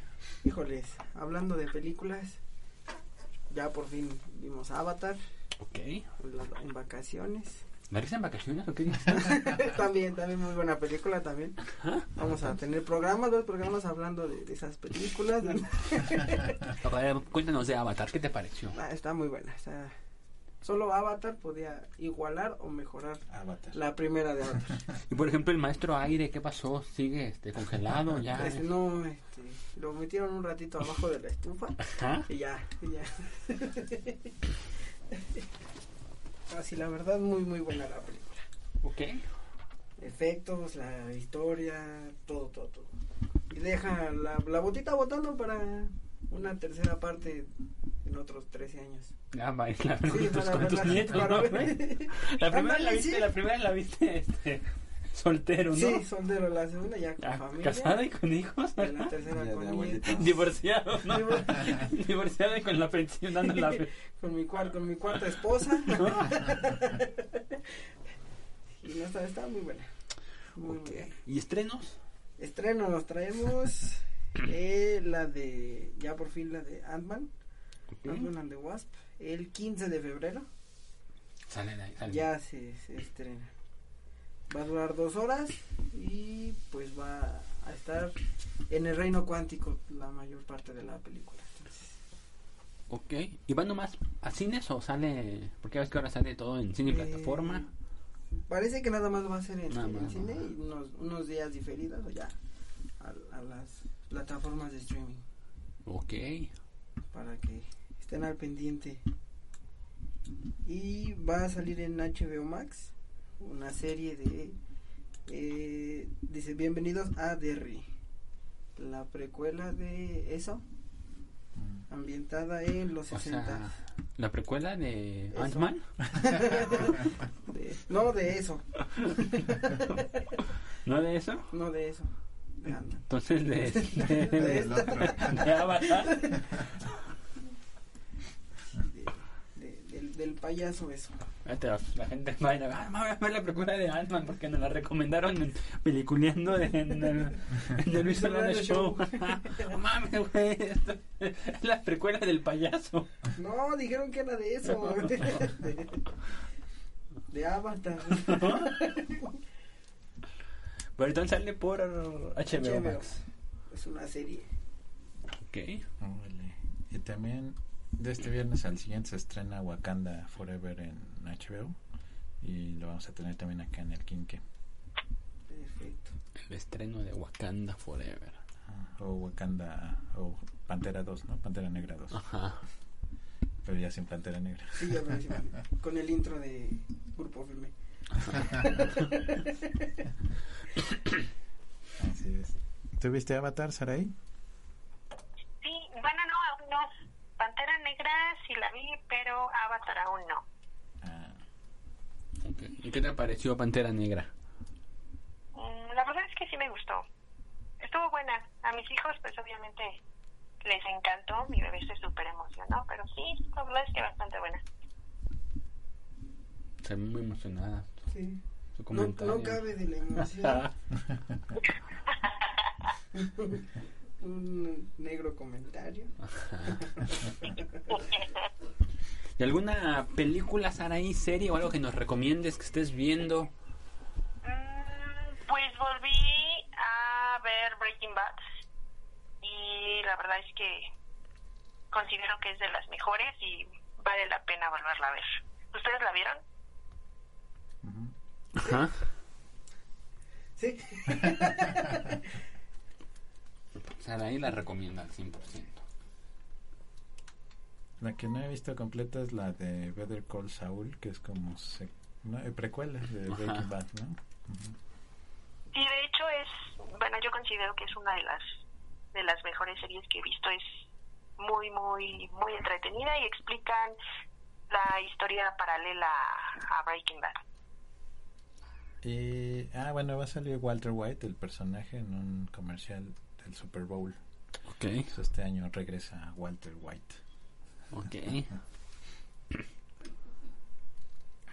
S9: Híjoles, hablando de películas, ya por fin vimos Avatar
S7: Ok.
S9: en las- en vacaciones. [laughs]
S7: ¿Me regresan vacaciones o qué? [laughs]
S9: también, también muy buena película también. Vamos a tener programas, dos programas hablando de, de esas películas. [laughs]
S7: A ver, Cuéntanos de Avatar, ¿qué te pareció?
S9: Ah, está muy buena. está- Solo Avatar podía igualar o mejorar
S8: Avatar.
S9: la primera
S7: [laughs]
S9: de Avatar.
S7: Y por ejemplo, el maestro aire, ¿qué pasó? ¿Sigue este, congelado ya?
S9: [laughs] Este, no, este, lo metieron un ratito abajo de la estufa
S7: ¿Ah?
S9: y ya, y ya. [laughs] Así, Ah, la verdad, muy, muy buena la película.
S7: Ok.
S9: efectos, la historia, todo, todo, todo. Y deja la, la botita votando para una tercera parte en otros 13 años.
S7: Ya, va, la ver con
S9: Sí,
S7: tus,
S9: para
S7: con tus
S9: verla-
S7: nietos,
S9: para
S7: ¿no,
S9: ver-
S7: güey? La primera la
S9: Ándale,
S7: viste,
S9: sí.
S7: la primera la viste, este... soltero, ¿no?
S9: [laughs] Sí, soltero. La segunda ya con
S7: Ya,
S9: familia.
S7: Ah, casada y con hijos.
S9: Y la tercera
S11: Ya de
S9: con
S11: abuelita.
S7: [laughs]
S9: nietos.
S7: Divorciado, ¿no? [laughs]
S9: Divor-
S7: Divorciado y con la pensión dando la pe-
S9: con mi cuarta, con mi cuarta esposa. y no está, está muy buena. Muy
S7: Ok.
S9: buena.
S7: ¿Y estrenos?
S9: Estreno los traemos eh, la de ya por fin la de Ant-Man, Ant-Man and the Wasp, el 15 de febrero
S7: Salen ahí, salen.
S9: ya se, se estrena. Va a durar dos horas y pues va a estar en el reino cuántico la mayor parte de la película. Entonces,
S7: Ok. ¿Y van nomás a cines o sale? Porque ves que ahora sale todo en cine y
S9: Eh,
S7: plataforma.
S9: Parece que nada más va a ser en,
S7: Nada
S9: en
S7: más,
S9: cine
S7: ajá.
S9: y unos, unos días diferidos o ya a, a las plataformas de streaming
S7: Ok.
S9: para que estén al pendiente. Y va a salir en HBO Max una serie de... eh, dice, bienvenidos a Derry, la precuela de eso, ambientada en los
S7: Mm. O
S9: 60.
S7: sea, [laughs] la precuela de
S9: Eso.
S7: Ant-Man.
S9: [laughs] De- no de eso,
S7: ¿No de eso?
S9: no de eso. de Ant-Man.
S7: Entonces
S9: [laughs]
S7: de, de, de,
S9: Del otro.
S7: Este, de Avatar.
S9: de- del, del payaso eso.
S7: Vete, Este, La gente va a ir a ver, "Ah, vamos a ver la precuela de Ant-Man porque nos la recomendaron en, peliculeando en, el, en el Luis Solano Show. [laughs] No mames, güey. esto Es la precuela del payaso.
S9: No, dijeron que era de eso. De, de Avatar.
S7: Pero entonces sale por HBO Max.
S9: Es una serie.
S7: Ok.
S8: Órale. eh, Y también de este viernes al siguiente se estrena Wakanda Forever en HBO. Y lo vamos a tener también acá en el Quinque.
S9: Perfecto.
S7: El estreno de Wakanda Forever.
S8: Ah, O Wakanda, o Pantera 2, ¿no? Pantera Negra 2.
S7: Ajá.
S8: Pero ya sin Pantera Negra.
S9: Sí, ya me decía, Con el intro de Grupo Firme.
S8: [laughs] Así es. ¿Tuviste Avatar, Sarai?
S12: Sí, bueno, no, aún no. Pantera Negra sí la vi, pero Avatar aún no.
S8: Ah,
S7: Ok. ¿Y qué te pareció Pantera Negra?
S12: Mm, La verdad es que sí me gustó. Estuvo buena. A mis hijos, pues obviamente les encantó. Mi bebé se súper emocionó, pero sí, la verdad es que bastante buena.
S7: Estoy muy emocionada.
S9: Sí.
S7: Su
S9: No,
S7: comentario.
S9: no cabe de la emoción. [laughs] Un negro comentario.
S12: Mm,
S7: ¿Y alguna película, Saraí, serie o algo que nos recomiendes que estés viendo?
S12: Mm, Pues volví a ver Breaking Bad y la verdad es que considero que es de las mejores y vale la pena volverla a ver. ¿Ustedes la vieron?
S7: Ajá.
S9: Sí.
S7: Saraí la recomienda al 100%.
S8: La que no he visto completa es la de Better Call Saul, que es como se, no, eh, precuela de
S7: Ajá.
S8: Breaking Bad, ¿no?
S12: Sí, de hecho es, bueno, yo considero que es una de las de las mejores series que he visto. Es muy, muy, muy entretenida y explican la historia paralela a Breaking Bad.
S8: Y, ah, bueno, va a salir Walter White, el personaje, en un comercial del Super Bowl.
S7: Ok,
S8: Entonces, este año regresa Walter White.
S7: ok.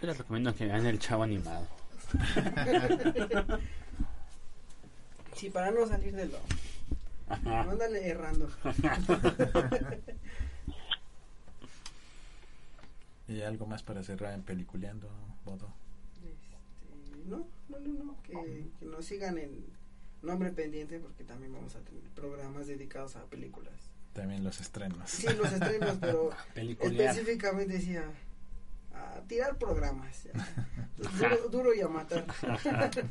S7: Yo les recomiendo que vean El Chavo [laughs] Animado.
S9: Sí, para no salir de lo.
S7: Ajá.
S9: Mándale errando. Este,
S8: Y algo más para cerrar en Peliculeando, Bodo.
S9: Este, no, no, no, no, que, que nos sigan en nombre pendiente porque también vamos a tener programas dedicados a películas.
S8: También los estrenos.
S9: Sí, los estrenos, pero
S7: Peliculear.
S9: específicamente decía a tirar programas. ya. Duro, duro y a matar.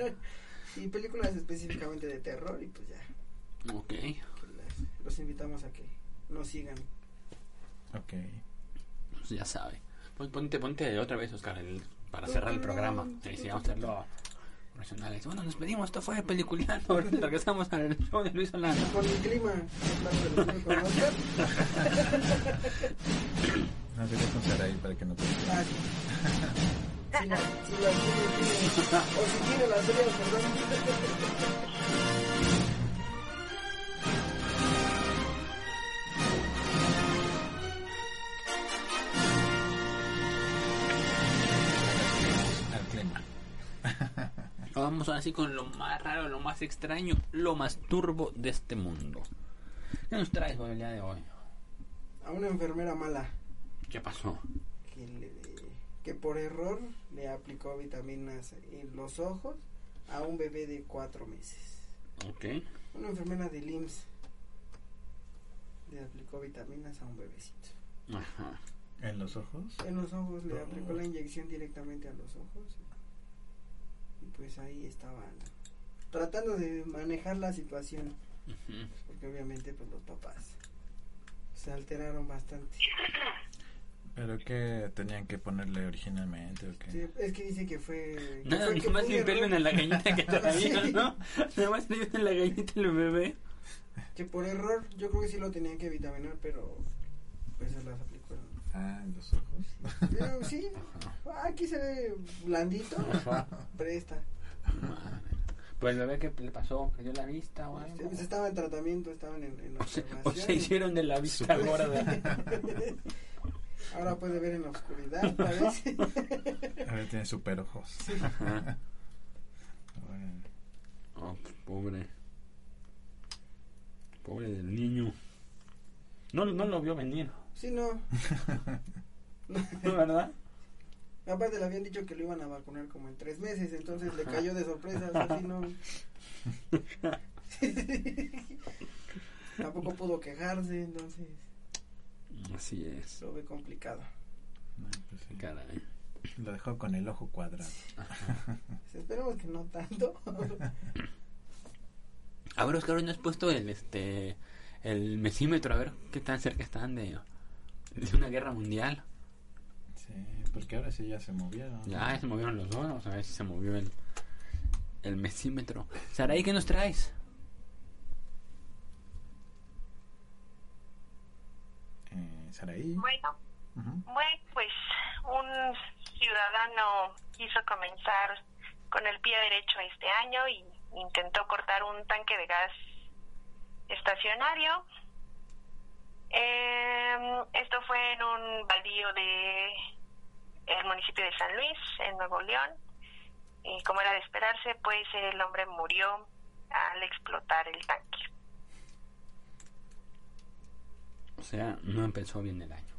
S9: [laughs] y películas específicamente de terror y pues ya,
S7: Ok.
S9: que las- los invitamos a que nos sigan.
S8: [laughs] Ok.
S7: Pues ya sabe. Pon- Ponte, ponte otra vez, Oscar, el- para cerrar el programa. Sí, sí, vamos a hacerlo profesionales. Bueno, nos pedimos, esto fue Peliculeando. [laughs] Ahorita Regresamos al show de Luis Solano.
S9: Con el clima, hablando del clima con Oscar.
S8: No se con Sarai para que no te
S9: Ah, Si la, si la tiene, tiene. O si tiene las serie, perdón.
S7: Vamos ahora sí con lo más raro, lo más extraño, lo más turbo de este mundo. ¿Qué nos traes por el día de hoy?
S9: A una enfermera mala
S7: ¿Qué pasó?
S9: que, le- que por error le aplicó vitaminas en los ojos a un bebé de cuatro meses.
S7: Ok.
S9: Una enfermera del IMSS le aplicó vitaminas a un bebecito.
S7: Ajá.
S8: ¿En los ojos?
S9: En los ojos, le aplicó la inyección directamente a los ojos. Y pues ahí estaban tratando de manejar la situación.
S7: Ujú.
S9: Porque obviamente pues los papás se alteraron bastante.
S8: ¿Pero qué tenían que ponerle originalmente o qué?
S9: Sí, es que dice que fue...
S7: Nada,
S9: fue que
S7: más
S9: fue un
S7: le pegan
S9: error.
S7: a la gallita
S9: [laughs]
S7: que todavía,
S9: Sí.
S7: ¿no? Nada más le dieron a la gallita el bebé.
S9: Que por error, yo creo que sí lo tenían que vitaminar, pero pues se las aplicaron.
S8: Ah, en los ojos.
S9: Pero sí, aquí se ve blandito, presta.
S7: Pues el bebé que le pasó, perdió la vista o
S9: Este, pues,
S7: algo.
S9: estaba en tratamiento, estaban en, en
S7: Pues,
S9: observación.
S7: O se hicieron de la vista [laughs] gorda.
S9: [laughs] Ahora puede ver en la oscuridad, parece.
S7: [laughs]
S8: Ahora tiene super ojos. [laughs]
S7: Ajá. Oh, pues, pobre. Pobre del niño. No, no lo vio venir,
S9: Sí, no.
S7: ¿no, [laughs] ¿verdad?
S9: Aparte le habían dicho que lo iban a vacunar como en tres meses, entonces le cayó de sorpresa, así no.
S7: [laughs]
S9: Tampoco pudo quejarse, entonces
S7: Así es.
S9: lo ve complicado.
S8: No, pues sí.
S7: Caray.
S8: Lo dejó con el ojo cuadrado.
S9: Esperemos que no
S7: [laughs]
S9: tanto.
S7: A ver, Oscar, hoy no has puesto el, este, el mesímetro, a ver qué tan cerca están de, de una guerra mundial.
S8: Sí, porque ahora sí ya se movieron.
S7: Ah, Ya, se movieron los dos, vamos a ver si se movió el, el mesímetro. Saray, ¿qué nos traes?
S8: Eh, Saraí.
S12: Bueno,
S8: Ujú.
S12: bueno, pues un ciudadano quiso comenzar con el pie derecho este año y intentó cortar un tanque de gas estacionario. Eh, esto fue en un baldío de el municipio de San Luis, en Nuevo León. Y como era de esperarse, pues el hombre murió al explotar el tanque.
S7: O sea, no empezó bien el año.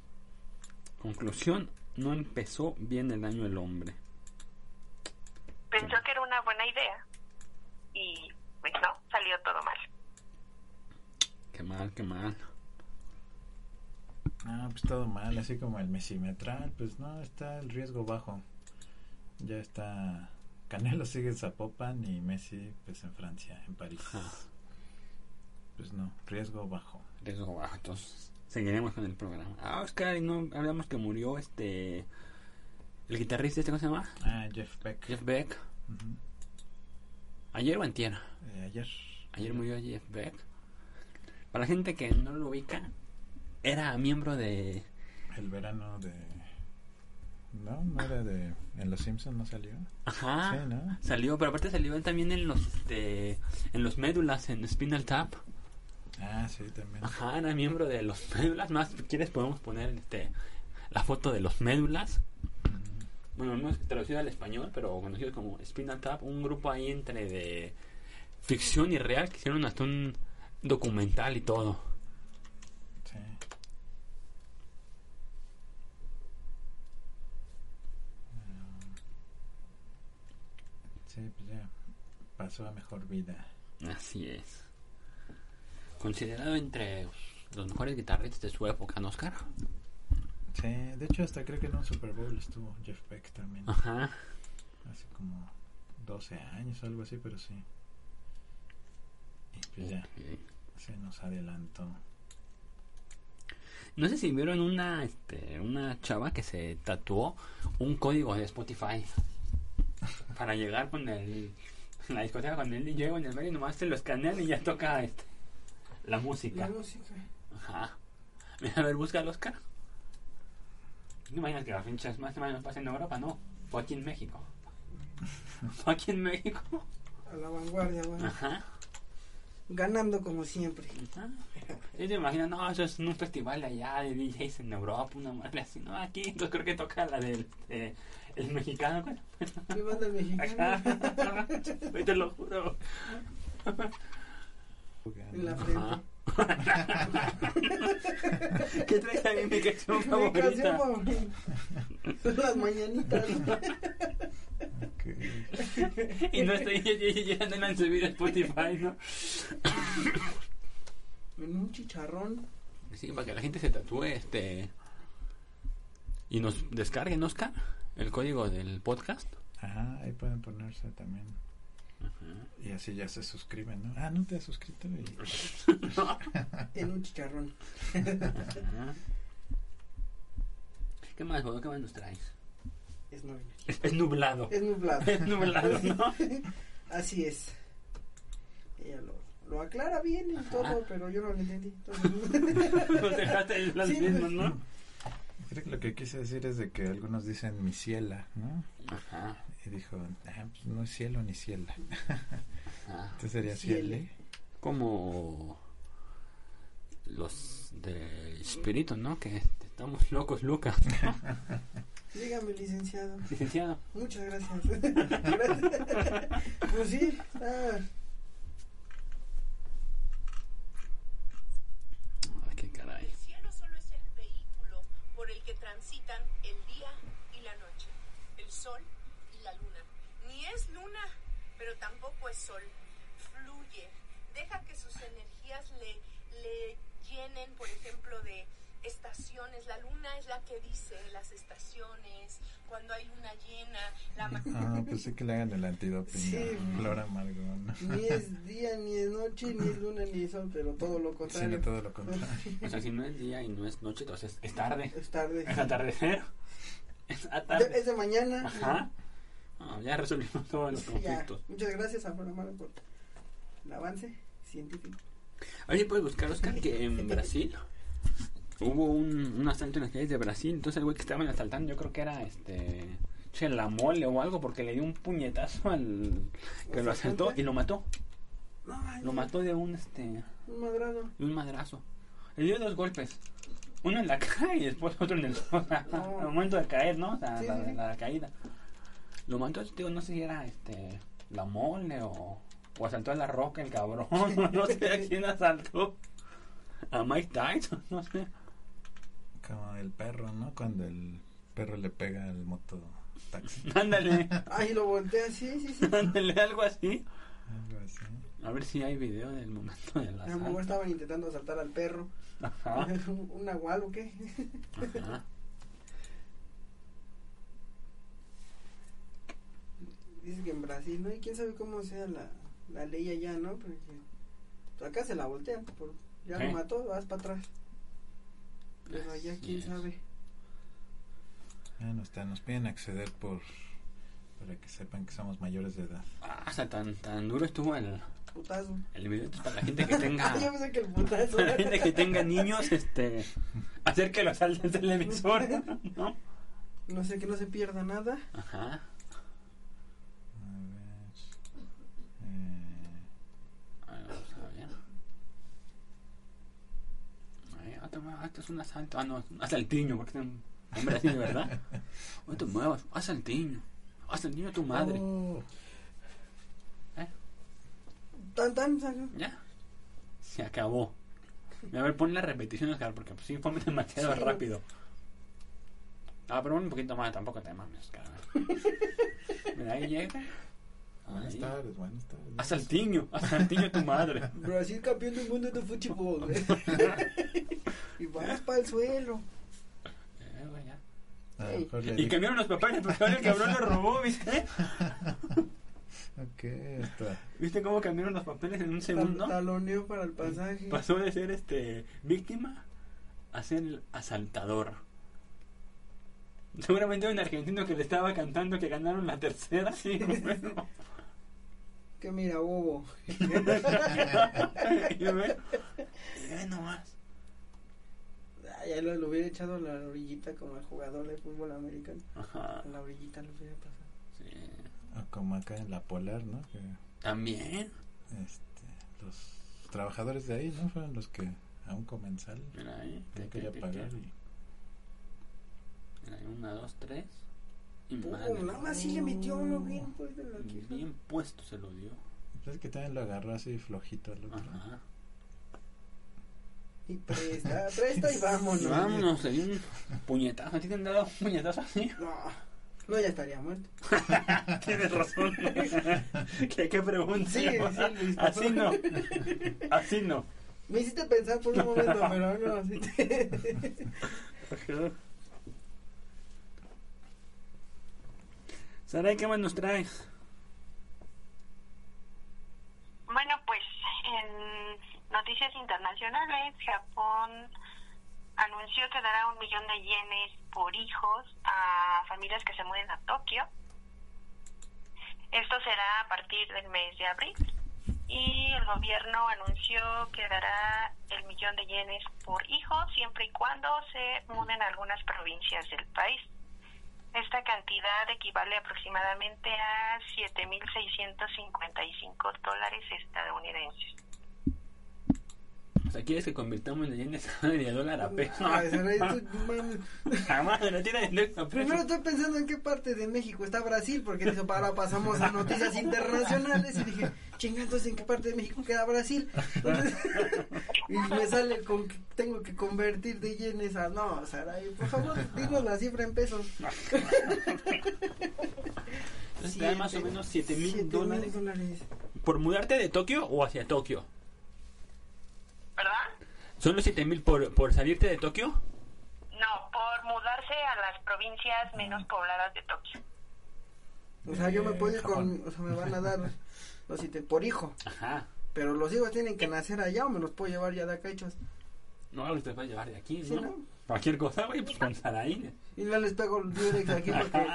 S7: Conclusión, no empezó bien el año el hombre.
S12: pensó que era una buena idea y pues no, salió todo mal.
S7: Qué mal, qué mal.
S8: Ah, pues todo mal, así como el mesimetral, pues no, está el riesgo bajo. Ya está. Canelo sigue en Zapopan y Messi, pues en Francia, en París.
S7: Ajá.
S8: Pues no, riesgo bajo.
S7: Riesgo bajo, entonces seguiremos con el programa. Ah, Oscar, y no hablamos que murió este... El guitarrista, este, ¿cómo se llama?
S8: Ah, Jeff Beck.
S7: Jeff Beck.
S8: Ujú.
S7: Ayer o antier.
S8: Eh, ayer.
S7: Ayer murió Jeff Beck. Para la gente que no lo ubica, era miembro de.
S8: El verano de. No, no era de. En Los Simpsons no salió.
S7: Ajá.
S8: Sí, ¿no?
S7: Salió, pero aparte salió él también en los este, en los médulas, en Spinal Tap.
S8: Ah, sí, también.
S7: Ajá, era miembro de los médulas. Más, si quieres podemos poner este la foto de los médulas. Bueno, no es traducido al español, pero conocido como Spinal Tap, un grupo ahí entre de ficción y real que hicieron hasta un documental y todo.
S8: Sí. Sí, pues ya pasó a mejor vida.
S7: Así es. Considerado entre los mejores guitarristas de su época, ¿no, Oscar?
S8: Sí, de hecho hasta creo que en un Super Bowl estuvo Jeff Beck también.
S7: Ajá.
S8: Hace como 12 años o algo así, pero sí. Y pues ya,
S7: Ok.
S8: se nos adelantó.
S7: No sé si vieron una, este, una chava que se tatuó un código de Spotify para llegar con el, la discoteca con el DJ o en el medio, nomás se lo escanean y ya toca este, la
S9: La
S7: música.
S9: música.
S7: Ajá. Mira, a ver, busca al Oscar. No imaginas que la fincha es más semana nos pasa en Europa, ¿no? Fucking México. Fucking México.
S9: A la vanguardia, bueno.
S7: Ajá.
S9: Ganando como siempre.
S7: Yo te imagino, no, eso es en un festival de allá de DJs en Europa, una madre así, no, aquí, yo creo que toca la del eh, el mexicano, bueno,
S9: ¿Qué
S7: [laughs]
S9: banda mexicana?
S7: Ajá. hoy te lo juro.
S9: en la
S7: Ajá.
S9: frente.
S7: [laughs] ¿Qué traes a mí mi canción
S9: Mi canción
S7: favorita?
S9: favorita. Son las mañanitas.
S7: y no estoy, ya, ya, ya no la han subido a Spotify, ¿no?
S9: En un chicharrón.
S7: Sí, para que la gente se tatúe este y nos descarguen, Oscar, el código del podcast.
S8: Ajá, ahí pueden ponerse también. Y así ya se suscriben, ¿no? Ah, no te has suscrito. Y...
S7: [laughs]
S9: En un chicharrón.
S7: Ajá. ¿Qué más, Bodo? ¿Qué más nos traes?
S9: Es noviembre.
S7: Es, es nublado.
S9: Es nublado.
S7: Es nublado, ¿no?
S9: Así es. Ella lo, lo aclara bien y todo, pero yo no lo entendí.
S7: [laughs] Nos dejaste las
S9: Sí,
S7: mismas,
S9: pues.
S7: ¿no?
S8: Creo que lo que quise decir es de que algunos dicen mi ciela, ¿no?
S7: Ajá.
S8: Y dijo, ah, pues no es cielo ni ciela. [laughs]
S7: ajá.
S8: Entonces sería
S9: Ciele.
S8: ciele.
S7: Como los del espíritu, ¿no? Que estamos locos, [laughs] Lucas.
S9: Dígame, licenciado.
S7: Licenciado.
S9: Muchas gracias. Gracias. pues sí, está.
S7: Ay, qué caray.
S11: El cielo solo es el vehículo por el que transitan el día y la noche, el sol y la luna. Ni es luna, pero tampoco es sol. Fluye, deja que sus energías le, le llenen, por ejemplo, de estaciones. La luna es la que dice las estaciones, cuando hay luna llena, la ma-
S8: Ah, pues sí que le hagan el antidoping.
S9: Sí.
S8: a Flor amargo, [laughs] ¿no?
S9: Ni es día, ni es noche, ni es luna, ni es sol, pero todo lo contrario.
S8: Sino todo
S9: [laughs]
S8: lo contrario.
S7: O sea, si no es día y no es noche, entonces es tarde.
S9: Es tarde.
S7: Es atardecer. Es
S9: De-
S7: atardecer.
S9: Es de mañana.
S7: Ajá. Ah, ya resolvimos todos los
S9: Sí, ya.
S7: conflictos.
S9: Muchas gracias a Panamá por el avance científico.
S7: Oye, puedes buscar, Oscar, que en Brasil hubo un, un asalto en las calles de Brasil. Entonces, el güey que estaban asaltando, yo creo que era este. Che, la mole o algo, porque le dio un puñetazo al que lo asaltó y lo mató.
S9: No, manches,
S7: Lo mató de un este.
S9: Un madrado.
S7: de un madrazo. Le dio dos golpes. Uno en la [laughs] cara y después otro
S9: [laughs]
S7: en el. [laughs] o sea,
S9: No.
S7: al momento de caer, ¿no? O sea,
S9: Sí,
S7: la,
S9: sí, sí.
S7: la caída. Lo mató, digo, no sé si era este. La mole o. O asaltó a la roca el cabrón. [laughs] No sé a quién asaltó. A Mike Tyson, [laughs] no sé.
S8: Como el perro, ¿no? Cuando el perro le pega al moto
S7: [laughs]
S8: taxi.
S7: Ándale,
S9: Ay, lo voltea, sí, sí,
S7: [laughs]
S9: sí.
S7: ándale, algo así.
S8: Algo así.
S7: A ver si hay video del momento del
S9: A lo mejor
S7: asalto.
S9: estaban intentando asaltar al perro.
S7: Ajá,
S9: [laughs] ¿Un nahual o qué? [laughs]
S7: ajá.
S9: Dicen que en Brasil, ¿no? Y quién sabe cómo sea la, la ley allá, ¿no? Porque pues, acá se la voltean. Por, ya
S7: Sí.
S9: lo mató, vas para atrás. Pero allá,
S7: Así
S9: quién
S7: es.
S9: sabe.
S8: Ah, nos, está- nos piden acceder por para que sepan que somos mayores de edad.
S7: Ah, o sea, tan, tan duro estuvo el,
S9: Putazo.
S7: el video. entonces, Para la gente que tenga.
S9: [laughs] Ah, yo pensé que el
S7: [laughs]
S9: putazo.
S7: La gente que tenga niños, este, hacer que los salte el televisor, ¿no?
S9: No sé, que no se pierda nada.
S7: Ajá.
S8: A ver. Eh,
S7: A ver, vamos a ver. A ver, ah, toma, ah, esto es un asalto. Ah, no, es un asaltiño, porque es un hombre así, ¿verdad? No te muevas, asaltiño. Asaltiño a tu madre.
S8: oh,
S9: Tan, tan, saca.
S7: Ya. Se acabó. A ver, pon la repetición, Oscar, porque pues, sí fue demasiado
S9: Sí.
S7: rápido. Ah, pero pon un poquito más, tampoco te mames, Oscar. Mira, ahí llega.
S8: buenas
S7: Ahí.
S8: tardes, buenas tardes.
S7: Asaltiño, asaltiño tu madre.
S9: Brasil campeón del mundo de fútbol. güey.
S7: [laughs]
S9: [laughs] y vas para el suelo.
S7: Eh, güey, ya.
S8: A lo mejor le
S7: Y
S8: dije-
S7: cambiaron los papeles, pero ahora el cabrón lo robó, ¿viste?
S8: [laughs] Ok, está.
S7: ¿Viste cómo cambiaron los papeles en un
S9: Tal-
S7: segundo?
S9: Taloneo para el pasaje.
S7: Pasó de ser este víctima a ser el asaltador. Seguramente un argentino que le estaba cantando que ganaron la tercera, sí, [laughs] bueno.
S9: Que mira, bobo.
S7: Y ve, y ve nomás.
S9: Ah, Ah, ya lo, lo hubiera echado a la orillita como el jugador de fútbol americano.
S7: Ajá.
S9: A la orillita lo hubiera pasado.
S8: Ah, Como acá en la Polar, ¿no? Que,
S7: También.
S8: este, los trabajadores de ahí, ¿no? Fueron los que a un comensal
S7: Mira ahí.
S8: no
S7: te-
S8: quería
S7: te- te-
S8: pagar
S7: te-
S8: y
S7: Mira ahí, una, dos, tres. Y
S9: Pum,
S7: madre.
S9: nada más sí le metió uno bien pues de la queja.
S7: Bien puesto se lo dio.
S8: Pues es que también lo agarró así flojito al otro.
S7: Ajá.
S9: Y presta, presta y
S7: [laughs]
S9: vámonos.
S7: Vámonos, le dio un puñetazo. ¿A ti te han dado un puñetazo así? [laughs]
S9: No, no, ya estaría muerto.
S7: Tienes razón. ¿Qué, qué pregunta? [laughs]
S9: Sí, sí, Luis,
S7: así
S9: por
S7: no.
S9: favor.
S7: Así no.
S9: Me hiciste pensar por un momento, pero no, así te... [laughs]
S7: Saray, ¿qué más nos traes?
S12: Bueno, pues en noticias internacionales, Japón anunció que dará un millón de yenes por hijos a familias que se muden a Tokio. Esto será a partir del mes de abril. Y el gobierno anunció que dará el millón de yenes por hijo siempre y cuando se muden a algunas provincias del país. Esta cantidad equivale aproximadamente a 7.655 dólares estadounidenses.
S7: O sea, ¿quieres que convirtamos la yen de dólar a peso? Ah.
S9: Ay, Saray, tú, mames.
S7: [laughs] Jamás, la tira de dólar a peso.
S9: Primero estoy pensando en qué parte de México está Brasil, porque dijo, para pasamos a noticias internacionales y dije, chinga, entonces en qué parte de México queda Brasil. Entonces, y me sale con que tengo que convertir de yenes a no, Saray, por favor, dinos la cifra en pesos.
S7: Entonces, te da más o
S9: Siete-
S7: menos 7
S9: siete
S7: mil dólares.
S9: dólares.
S7: ¿Por mudarte de Tokio o hacia Tokio?
S12: ¿Verdad?
S7: ¿Son los 7 mil por, por salirte de Tokio?
S12: No, por mudarse a las provincias menos pobladas de Tokio.
S9: O sea, yo me puedo ir
S8: Japón.
S9: con, o sea, me van a dar los siete por hijo,
S7: Ajá.
S9: pero los hijos tienen que nacer allá o me los puedo llevar ya de acá hechos.
S7: No, ahora te vas a llevar de aquí, ¿no?
S9: Sí, ¿no?
S7: Cualquier cosa, güey, pues con Sarai,
S9: Y no les pego el Durex [laughs] aquí porque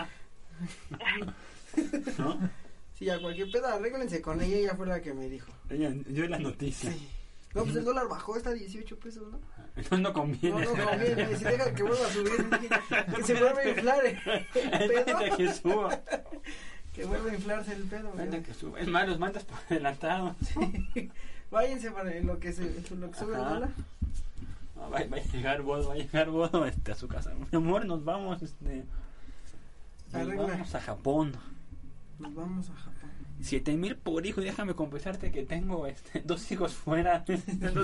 S7: ¿no?
S9: si a cualquier pedo arréglense con ella, ella fue la que me dijo.
S7: Ella- Yo en las noticias.
S9: Sí. No, pues el dólar bajó, está a 18 pesos, ¿no?
S7: Entonces [laughs] no
S9: No,
S7: conviene.
S9: no, conviene, si deja que vuelva a subir, [laughs] que-
S7: [laughs]
S9: que se vuelva a inflar el
S7: Espérate que
S9: pedo,
S7: suba.
S9: que vuelva a inflarse el pedo. güey.
S7: Espérate que suba. Es más, los mandas por adelantado.
S9: [laughs] Váyanse para lo que, se, lo que sube el
S7: Ajá.
S9: dólar.
S7: No, va, va a llegar Bodo, va a llegar Bodo este, a su casa. Mi amor, nos vamos. Este, nos
S9: Arregla.
S7: vamos a Japón.
S9: Nos vamos a Japón.
S7: Siete mil por hijo, y déjame confesarte que tengo este, [laughs] dos hijos
S9: [laughs]
S7: fuera. dos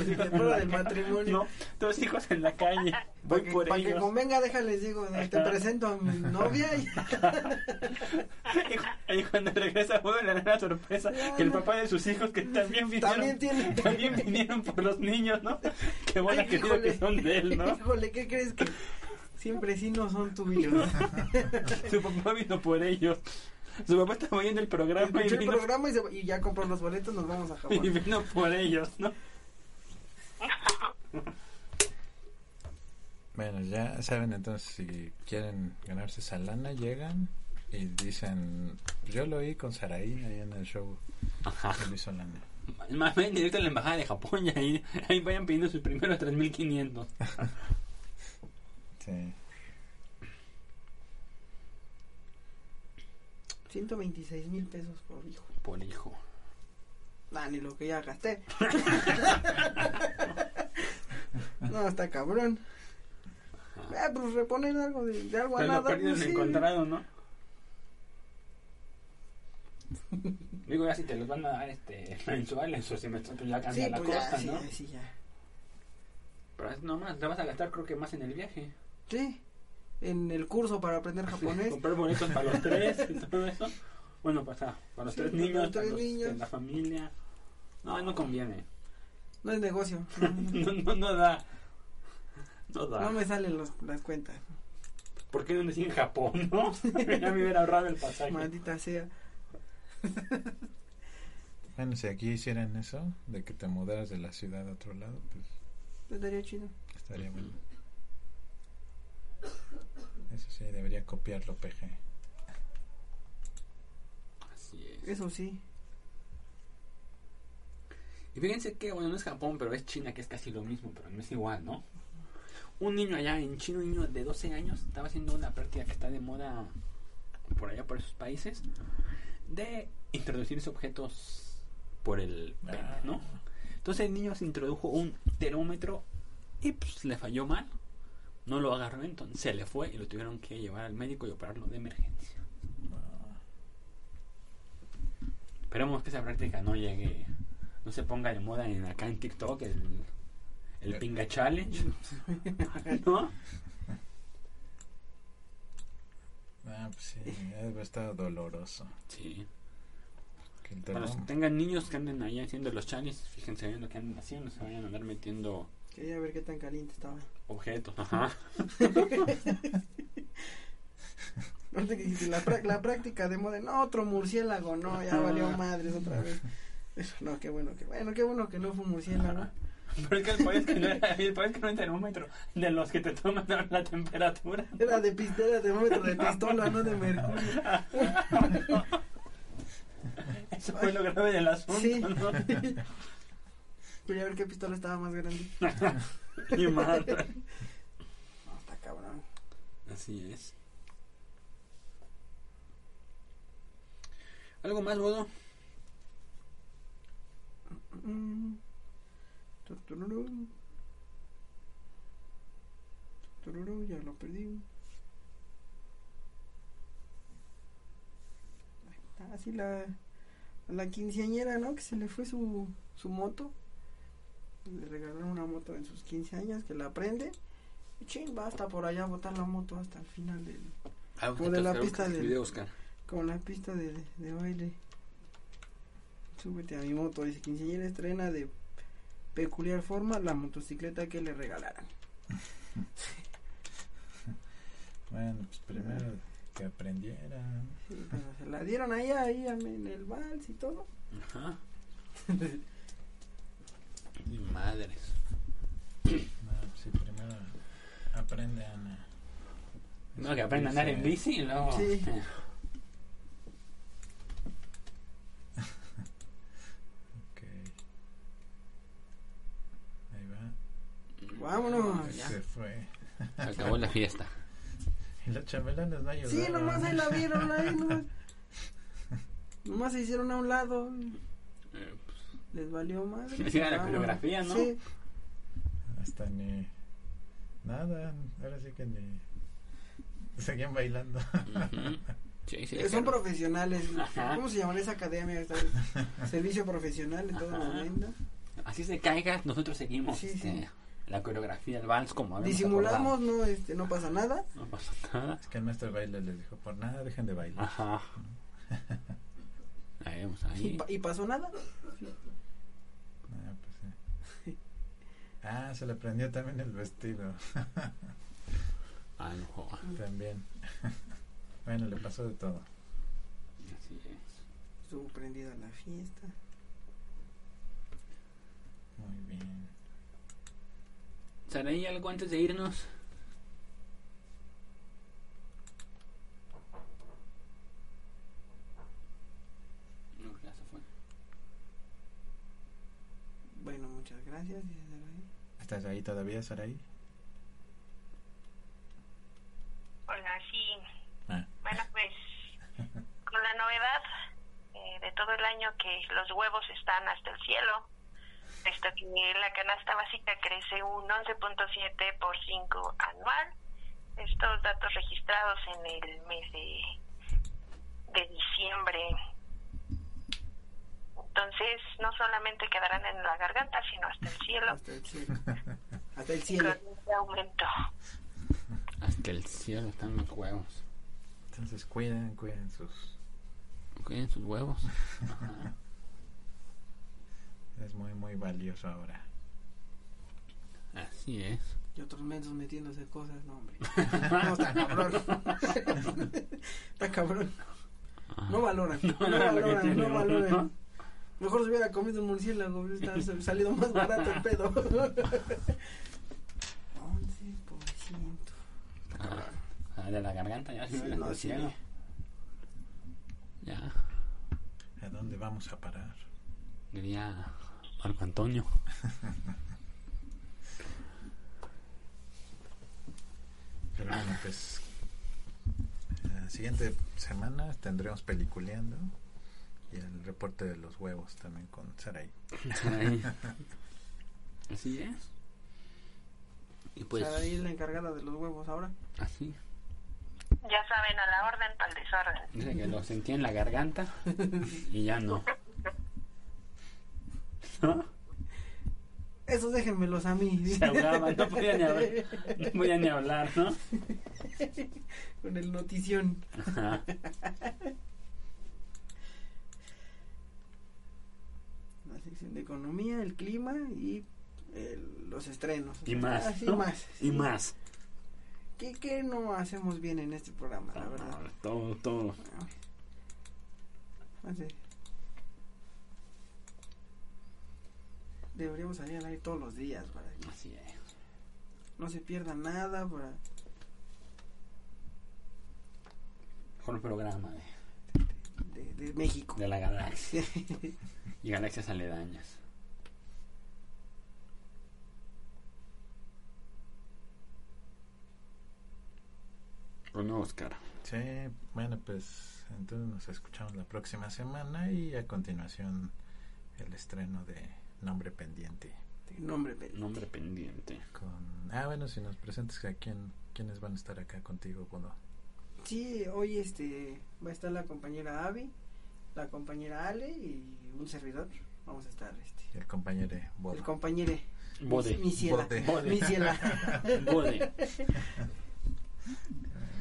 S7: hijos en
S9: Fuera
S7: la
S9: del
S7: ca-
S9: matrimonio.
S7: No, dos hijos en la
S9: [laughs]
S7: calle. Voy
S9: Para que,
S7: por
S9: para que
S7: ellos.
S9: convenga, déjales, digo, te
S7: Ajá.
S9: presento a mi novia
S7: [laughs] [laughs]
S9: y
S7: y, cu- y cuando regresa Bodo le dan la sorpresa que el papá de sus hijos que también vinieron,
S9: También tiene-
S7: [laughs] también vinieron por los niños, ¿no? Qué buena que digo que son de él, ¿no?
S9: [laughs] Híjole, ¿qué crees que siempre sí no
S7: [laughs]
S9: son tuyos?
S7: Su papá vino por ellos. Su papá estaba viendo el [laughs] programa y
S9: Escuchó el
S7: vino,
S9: programa y, se- y ya compró los boletos, nos
S7: [laughs]
S9: vamos a
S7: y
S9: Japón.
S7: vino por ellos, ¿no?
S8: Bueno, ya saben entonces si quieren ganarse esa lana, llegan y dicen, yo lo oí con Saraí ahí en el show
S7: Ajá.
S8: de Luis Solana.
S7: Más bien directo a la embajada de Japón y ahí, ahí vayan pidiendo sus primeros 3.500.
S8: Sí.
S9: 126 mil pesos por hijo.
S7: Por hijo.
S9: Ah, ni lo que ya gasté.
S7: [laughs]
S9: no, está cabrón. Ah, pues reponen algo de, de algo a
S7: Pero lo
S9: nada.
S7: perdido
S9: pues,
S7: en
S9: sí.
S7: encontrado, ¿no? [laughs] Digo, ya si te los van a dar este, mensuales o semestral, pues ya
S9: Sí,
S7: cambia la
S9: pues ya,
S7: cosa,
S9: sí,
S7: ¿no?
S9: ya, sí, ya.
S7: Pero es nomás, te vas a gastar creo que más en el viaje.
S9: Sí, en el curso para aprender japonés.
S7: [laughs] Comprar boletos para los tres y todo eso. Bueno, pues, ah, para los
S9: Sí,
S7: tres
S9: para los
S7: niños, para
S9: tres
S7: los-
S9: niños.
S7: para la familia. No, no conviene. [laughs]
S9: No es negocio.
S7: No, no, no da. No da.
S9: No me salen los- las cuentas.
S7: ¿Por qué no decían Japón, no? [laughs] ya me hubiera ahorrado el pasaje.
S9: Maldita sea.
S8: Bueno, si aquí hicieran eso, de que te mudaras de la ciudad a otro lado, pues
S9: Estaría chido.
S8: estaría bueno. Eso sí, debería copiarlo PG.
S7: Así es.
S9: Eso sí.
S7: Y fíjense que, bueno, no es Japón, pero es China, que es casi lo mismo, pero no es igual, ¿no? un niño allá en China, un niño de 12 años, estaba haciendo una práctica que está de moda por allá, por esos países, de introducirse objetos por el pene, ¿no? Entonces el niño se introdujo un termómetro y pues, le falló mal, no lo agarró, entonces se le fue y lo tuvieron que llevar al médico y operarlo de emergencia. Esperemos que esa práctica no llegue, no se ponga de moda en acá en TikTok el, el pinga challenge, [laughs] ¿no?
S8: Ah, pues sí, debe estar doloroso.
S7: Sí.
S8: Que el
S7: Para los que
S8: termo-
S7: tengan niños que anden ahí haciendo los challenges, fíjense bien lo que andan haciendo, se vayan a andar metiendo
S9: Quería ver qué tan caliente estaba.
S7: objetos, ajá.
S9: Ahorita que dijiste, la, prá- la práctica de moda, no, otro murciélago, no, ya valió madres otra vez. Eso, no, qué bueno, qué bueno, qué bueno que no fue un murciélago.
S7: Pero es que el país que no era, el país que no era termómetro, de los que te toman [laughs] la temperatura.
S9: Era de pistola, de momento de pistola, no de mercurio.
S7: Eso fue lo grave del asunto,
S9: Sí.
S7: ¿no?
S9: Quería ver qué pistola estaba más grande. [laughs]
S7: Ni madre.
S9: No, está cabrón.
S7: Así es. ¿Algo más, Bodo?
S9: Mm. Tu, tururú. Tururú, ya lo perdí. Ahí está, Así la, la quinceañera, ¿no? Que se le fue su, su moto. Le regalaron una moto en sus 15 años, que la prende. Y ching, va hasta por allá a botar la moto hasta el final del...
S7: Algo
S9: Como de la pista
S7: del
S9: del-
S7: video, Oscar.
S9: Como la pista de, de baile. Súbete a mi moto, dice quinceañera estrena de peculiar forma la motocicleta que le regalaran.
S8: Bueno, pues primero que aprendiera.
S9: Sí, pero se Pues, la dieron ahí, ahí en el vals y todo. [laughs]
S7: Ajá. Ni madres.
S8: No, pues sí, primero aprendan a...
S7: No, que aprenda a andar en bici y luego.
S9: Sí.
S8: Ok. Ahí va.
S7: Mm. Ah,
S9: Vámonos.
S8: Ahí Se fue.
S7: Se acabó la
S9: [laughs]
S7: fiesta.
S8: Y los chambelanes no ayudaron.
S9: Sí, nomás ahí la
S7: [laughs]
S9: vieron, ahí nomás. Nomás se hicieron a un lado.
S7: Eh,
S9: Les valió más.
S7: Hicieron la coreografía, ¿no?
S9: Sí,
S8: [laughs] Hasta ni... Nada, ahora sí que ni... Seguían bailando.
S7: ujú. Sí, sí,
S9: que son
S7: claro.
S9: profesionales.
S7: Ajá.
S9: ¿Cómo se llaman esa academia? Esta-
S7: [laughs]
S9: Servicio profesional en todo
S7: Ajá.
S9: momento.
S7: Así se caiga, nosotros seguimos
S9: Sí,
S7: este,
S9: sí.
S7: la coreografía, el vals, como habíamos
S9: Disimulamos,
S7: acordado.
S9: no, este, no pasa nada.
S7: No pasa nada.
S8: Es que el maestro de baile les dijo, por nada dejen de bailar.
S9: [laughs]
S7: Ajá. Ahí vamos,
S9: Y,
S7: ahí.
S9: pa- y pasó nada.
S8: Ah, pues sí. [laughs] Ah, se le prendió también el vestido.
S7: Ah, no joda.
S8: también. [laughs] bueno, le pasó de todo.
S7: Así es.
S9: Estuvo prendida la fiesta.
S8: Muy bien.
S7: Saraí, algo antes de irnos. No, ya se fue.
S9: Bueno, muchas gracias. dice Saray.
S8: ¿Estás ahí todavía, Saraí?
S12: Hola, sí.
S8: Ah.
S12: Bueno, pues con la novedad eh, de todo el año que los huevos están hasta el cielo, puesto que la canasta básica crece un 11.7 por 5 anual. Estos datos registrados en el mes de, de diciembre. Entonces, no solamente quedarán en la garganta, sino hasta el cielo,
S9: Hasta el cielo. Hasta el cielo.
S12: con este aumento.
S7: Hasta el cielo están los huevos.
S8: Entonces cuiden, cuiden sus...
S7: Cuiden sus huevos. Ajá.
S8: Es muy, muy valioso ahora.
S7: [laughs] Así es.
S9: Y otros mensos metiéndose cosas, no,
S7: [laughs]
S9: hombre. No, está cabrón. [laughs] está cabrón. No valoran. No,
S7: Ah. no, lo que
S9: valoran,
S7: tiene,
S9: no
S7: ¿no?
S9: valoran. Mejor se hubiera comido un murciélago,
S7: [laughs]
S9: hubiera estado- salido más barato el pedo. 11%.
S7: Ah, ah, de la garganta ya se
S9: Sí,
S7: ve hasta
S9: no,
S7: el
S9: sí.
S7: cielo. Ya,
S8: ¿A dónde vamos a parar?
S7: diría Marco Antonio.
S8: Pero bueno, pues la siguiente semana tendremos peliculeando y el reporte de los huevos también con Sarai.
S7: Sarai. [laughs] Así es.
S9: Y pues, Sarai es la encargada de los huevos ahora.
S7: Así.
S12: Ya saben, a la orden, para el desorden.
S7: Dice que lo sentía en la garganta y ya no. [laughs] ¿No?
S9: Esos déjenmelos a mí.
S7: Se ahogaban, no podía ni hablar, no, podía ni hablar, ¿no?
S9: [laughs] Con el notición.
S7: Ajá.
S9: La sección de economía, el clima y el- los estrenos.
S7: Y más,
S9: Así
S7: ¿no?
S9: más.
S7: Y más.
S9: ¿Qué, qué no hacemos bien en este programa, la verdad?
S7: Ah, Todo, todo.
S9: Así. Deberíamos salir al aire todos los días para que
S7: Así es.
S9: no se pierda nada, para
S7: Mejor programa de,
S9: de, de México. [laughs]
S7: de la galaxia y galaxias aledañas. Pues no, Oscar.
S8: Sí, bueno, pues entonces nos escuchamos la próxima semana y a continuación el estreno de Nombre Pendiente.
S9: de nombre pe-
S7: Nombre pendiente.
S8: Con, ah, bueno, si nos presentas a quién, quiénes van a estar acá contigo, Bodo.
S9: Sí, hoy este va a estar la compañera Avi, la compañera Ale y un servidor. Vamos a estar este
S8: El compañero de Bodo.
S9: el compañero
S7: Bode.
S9: mi ciela,
S8: Bode.
S7: Bode.
S9: mi ciela.
S7: [laughs] Bode.
S8: Ah,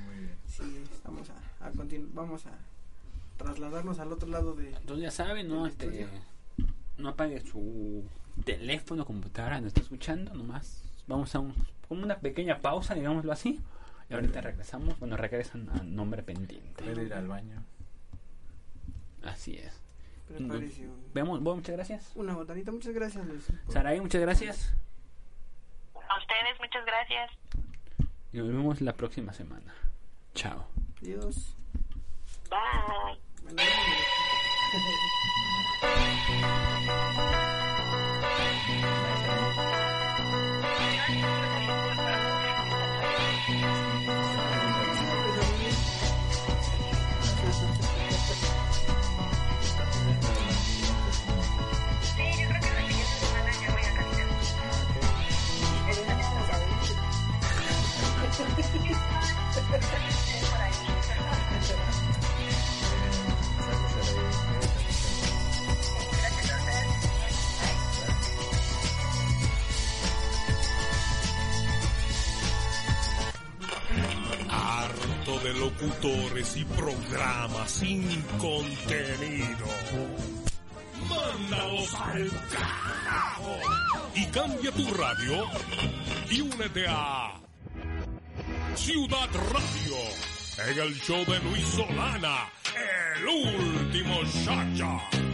S8: muy bien.
S9: Sí, estamos a, a continu- vamos a trasladarnos al otro lado de
S7: Entonces ya saben, no este no apague su teléfono, computadora, no está escuchando, nomás vamos a un, como una pequeña pausa, digámoslo así. Y ahorita regresamos, bueno, regresan a nombre pendiente.
S8: Puede ir al baño.
S7: Así es.
S9: prepárese un-
S7: Veamos, bueno, muchas gracias.
S9: una botanita. Muchas gracias, Luis. por-
S7: Saraí, muchas gracias.
S12: A ustedes, muchas gracias.
S7: Y nos vemos la próxima semana. Chao.
S9: Adiós.
S12: Bye.
S9: Bueno, bueno.
S12: Sí, yo creo que la siguiente semana ya voy a cambiar. El lunes nos vamos.
S1: Harto de locutores y programas sin contenido. Mándalos al carajo y cambia tu radio y únete a Ciudad Radio en el show de Luis Solana, el último chacha.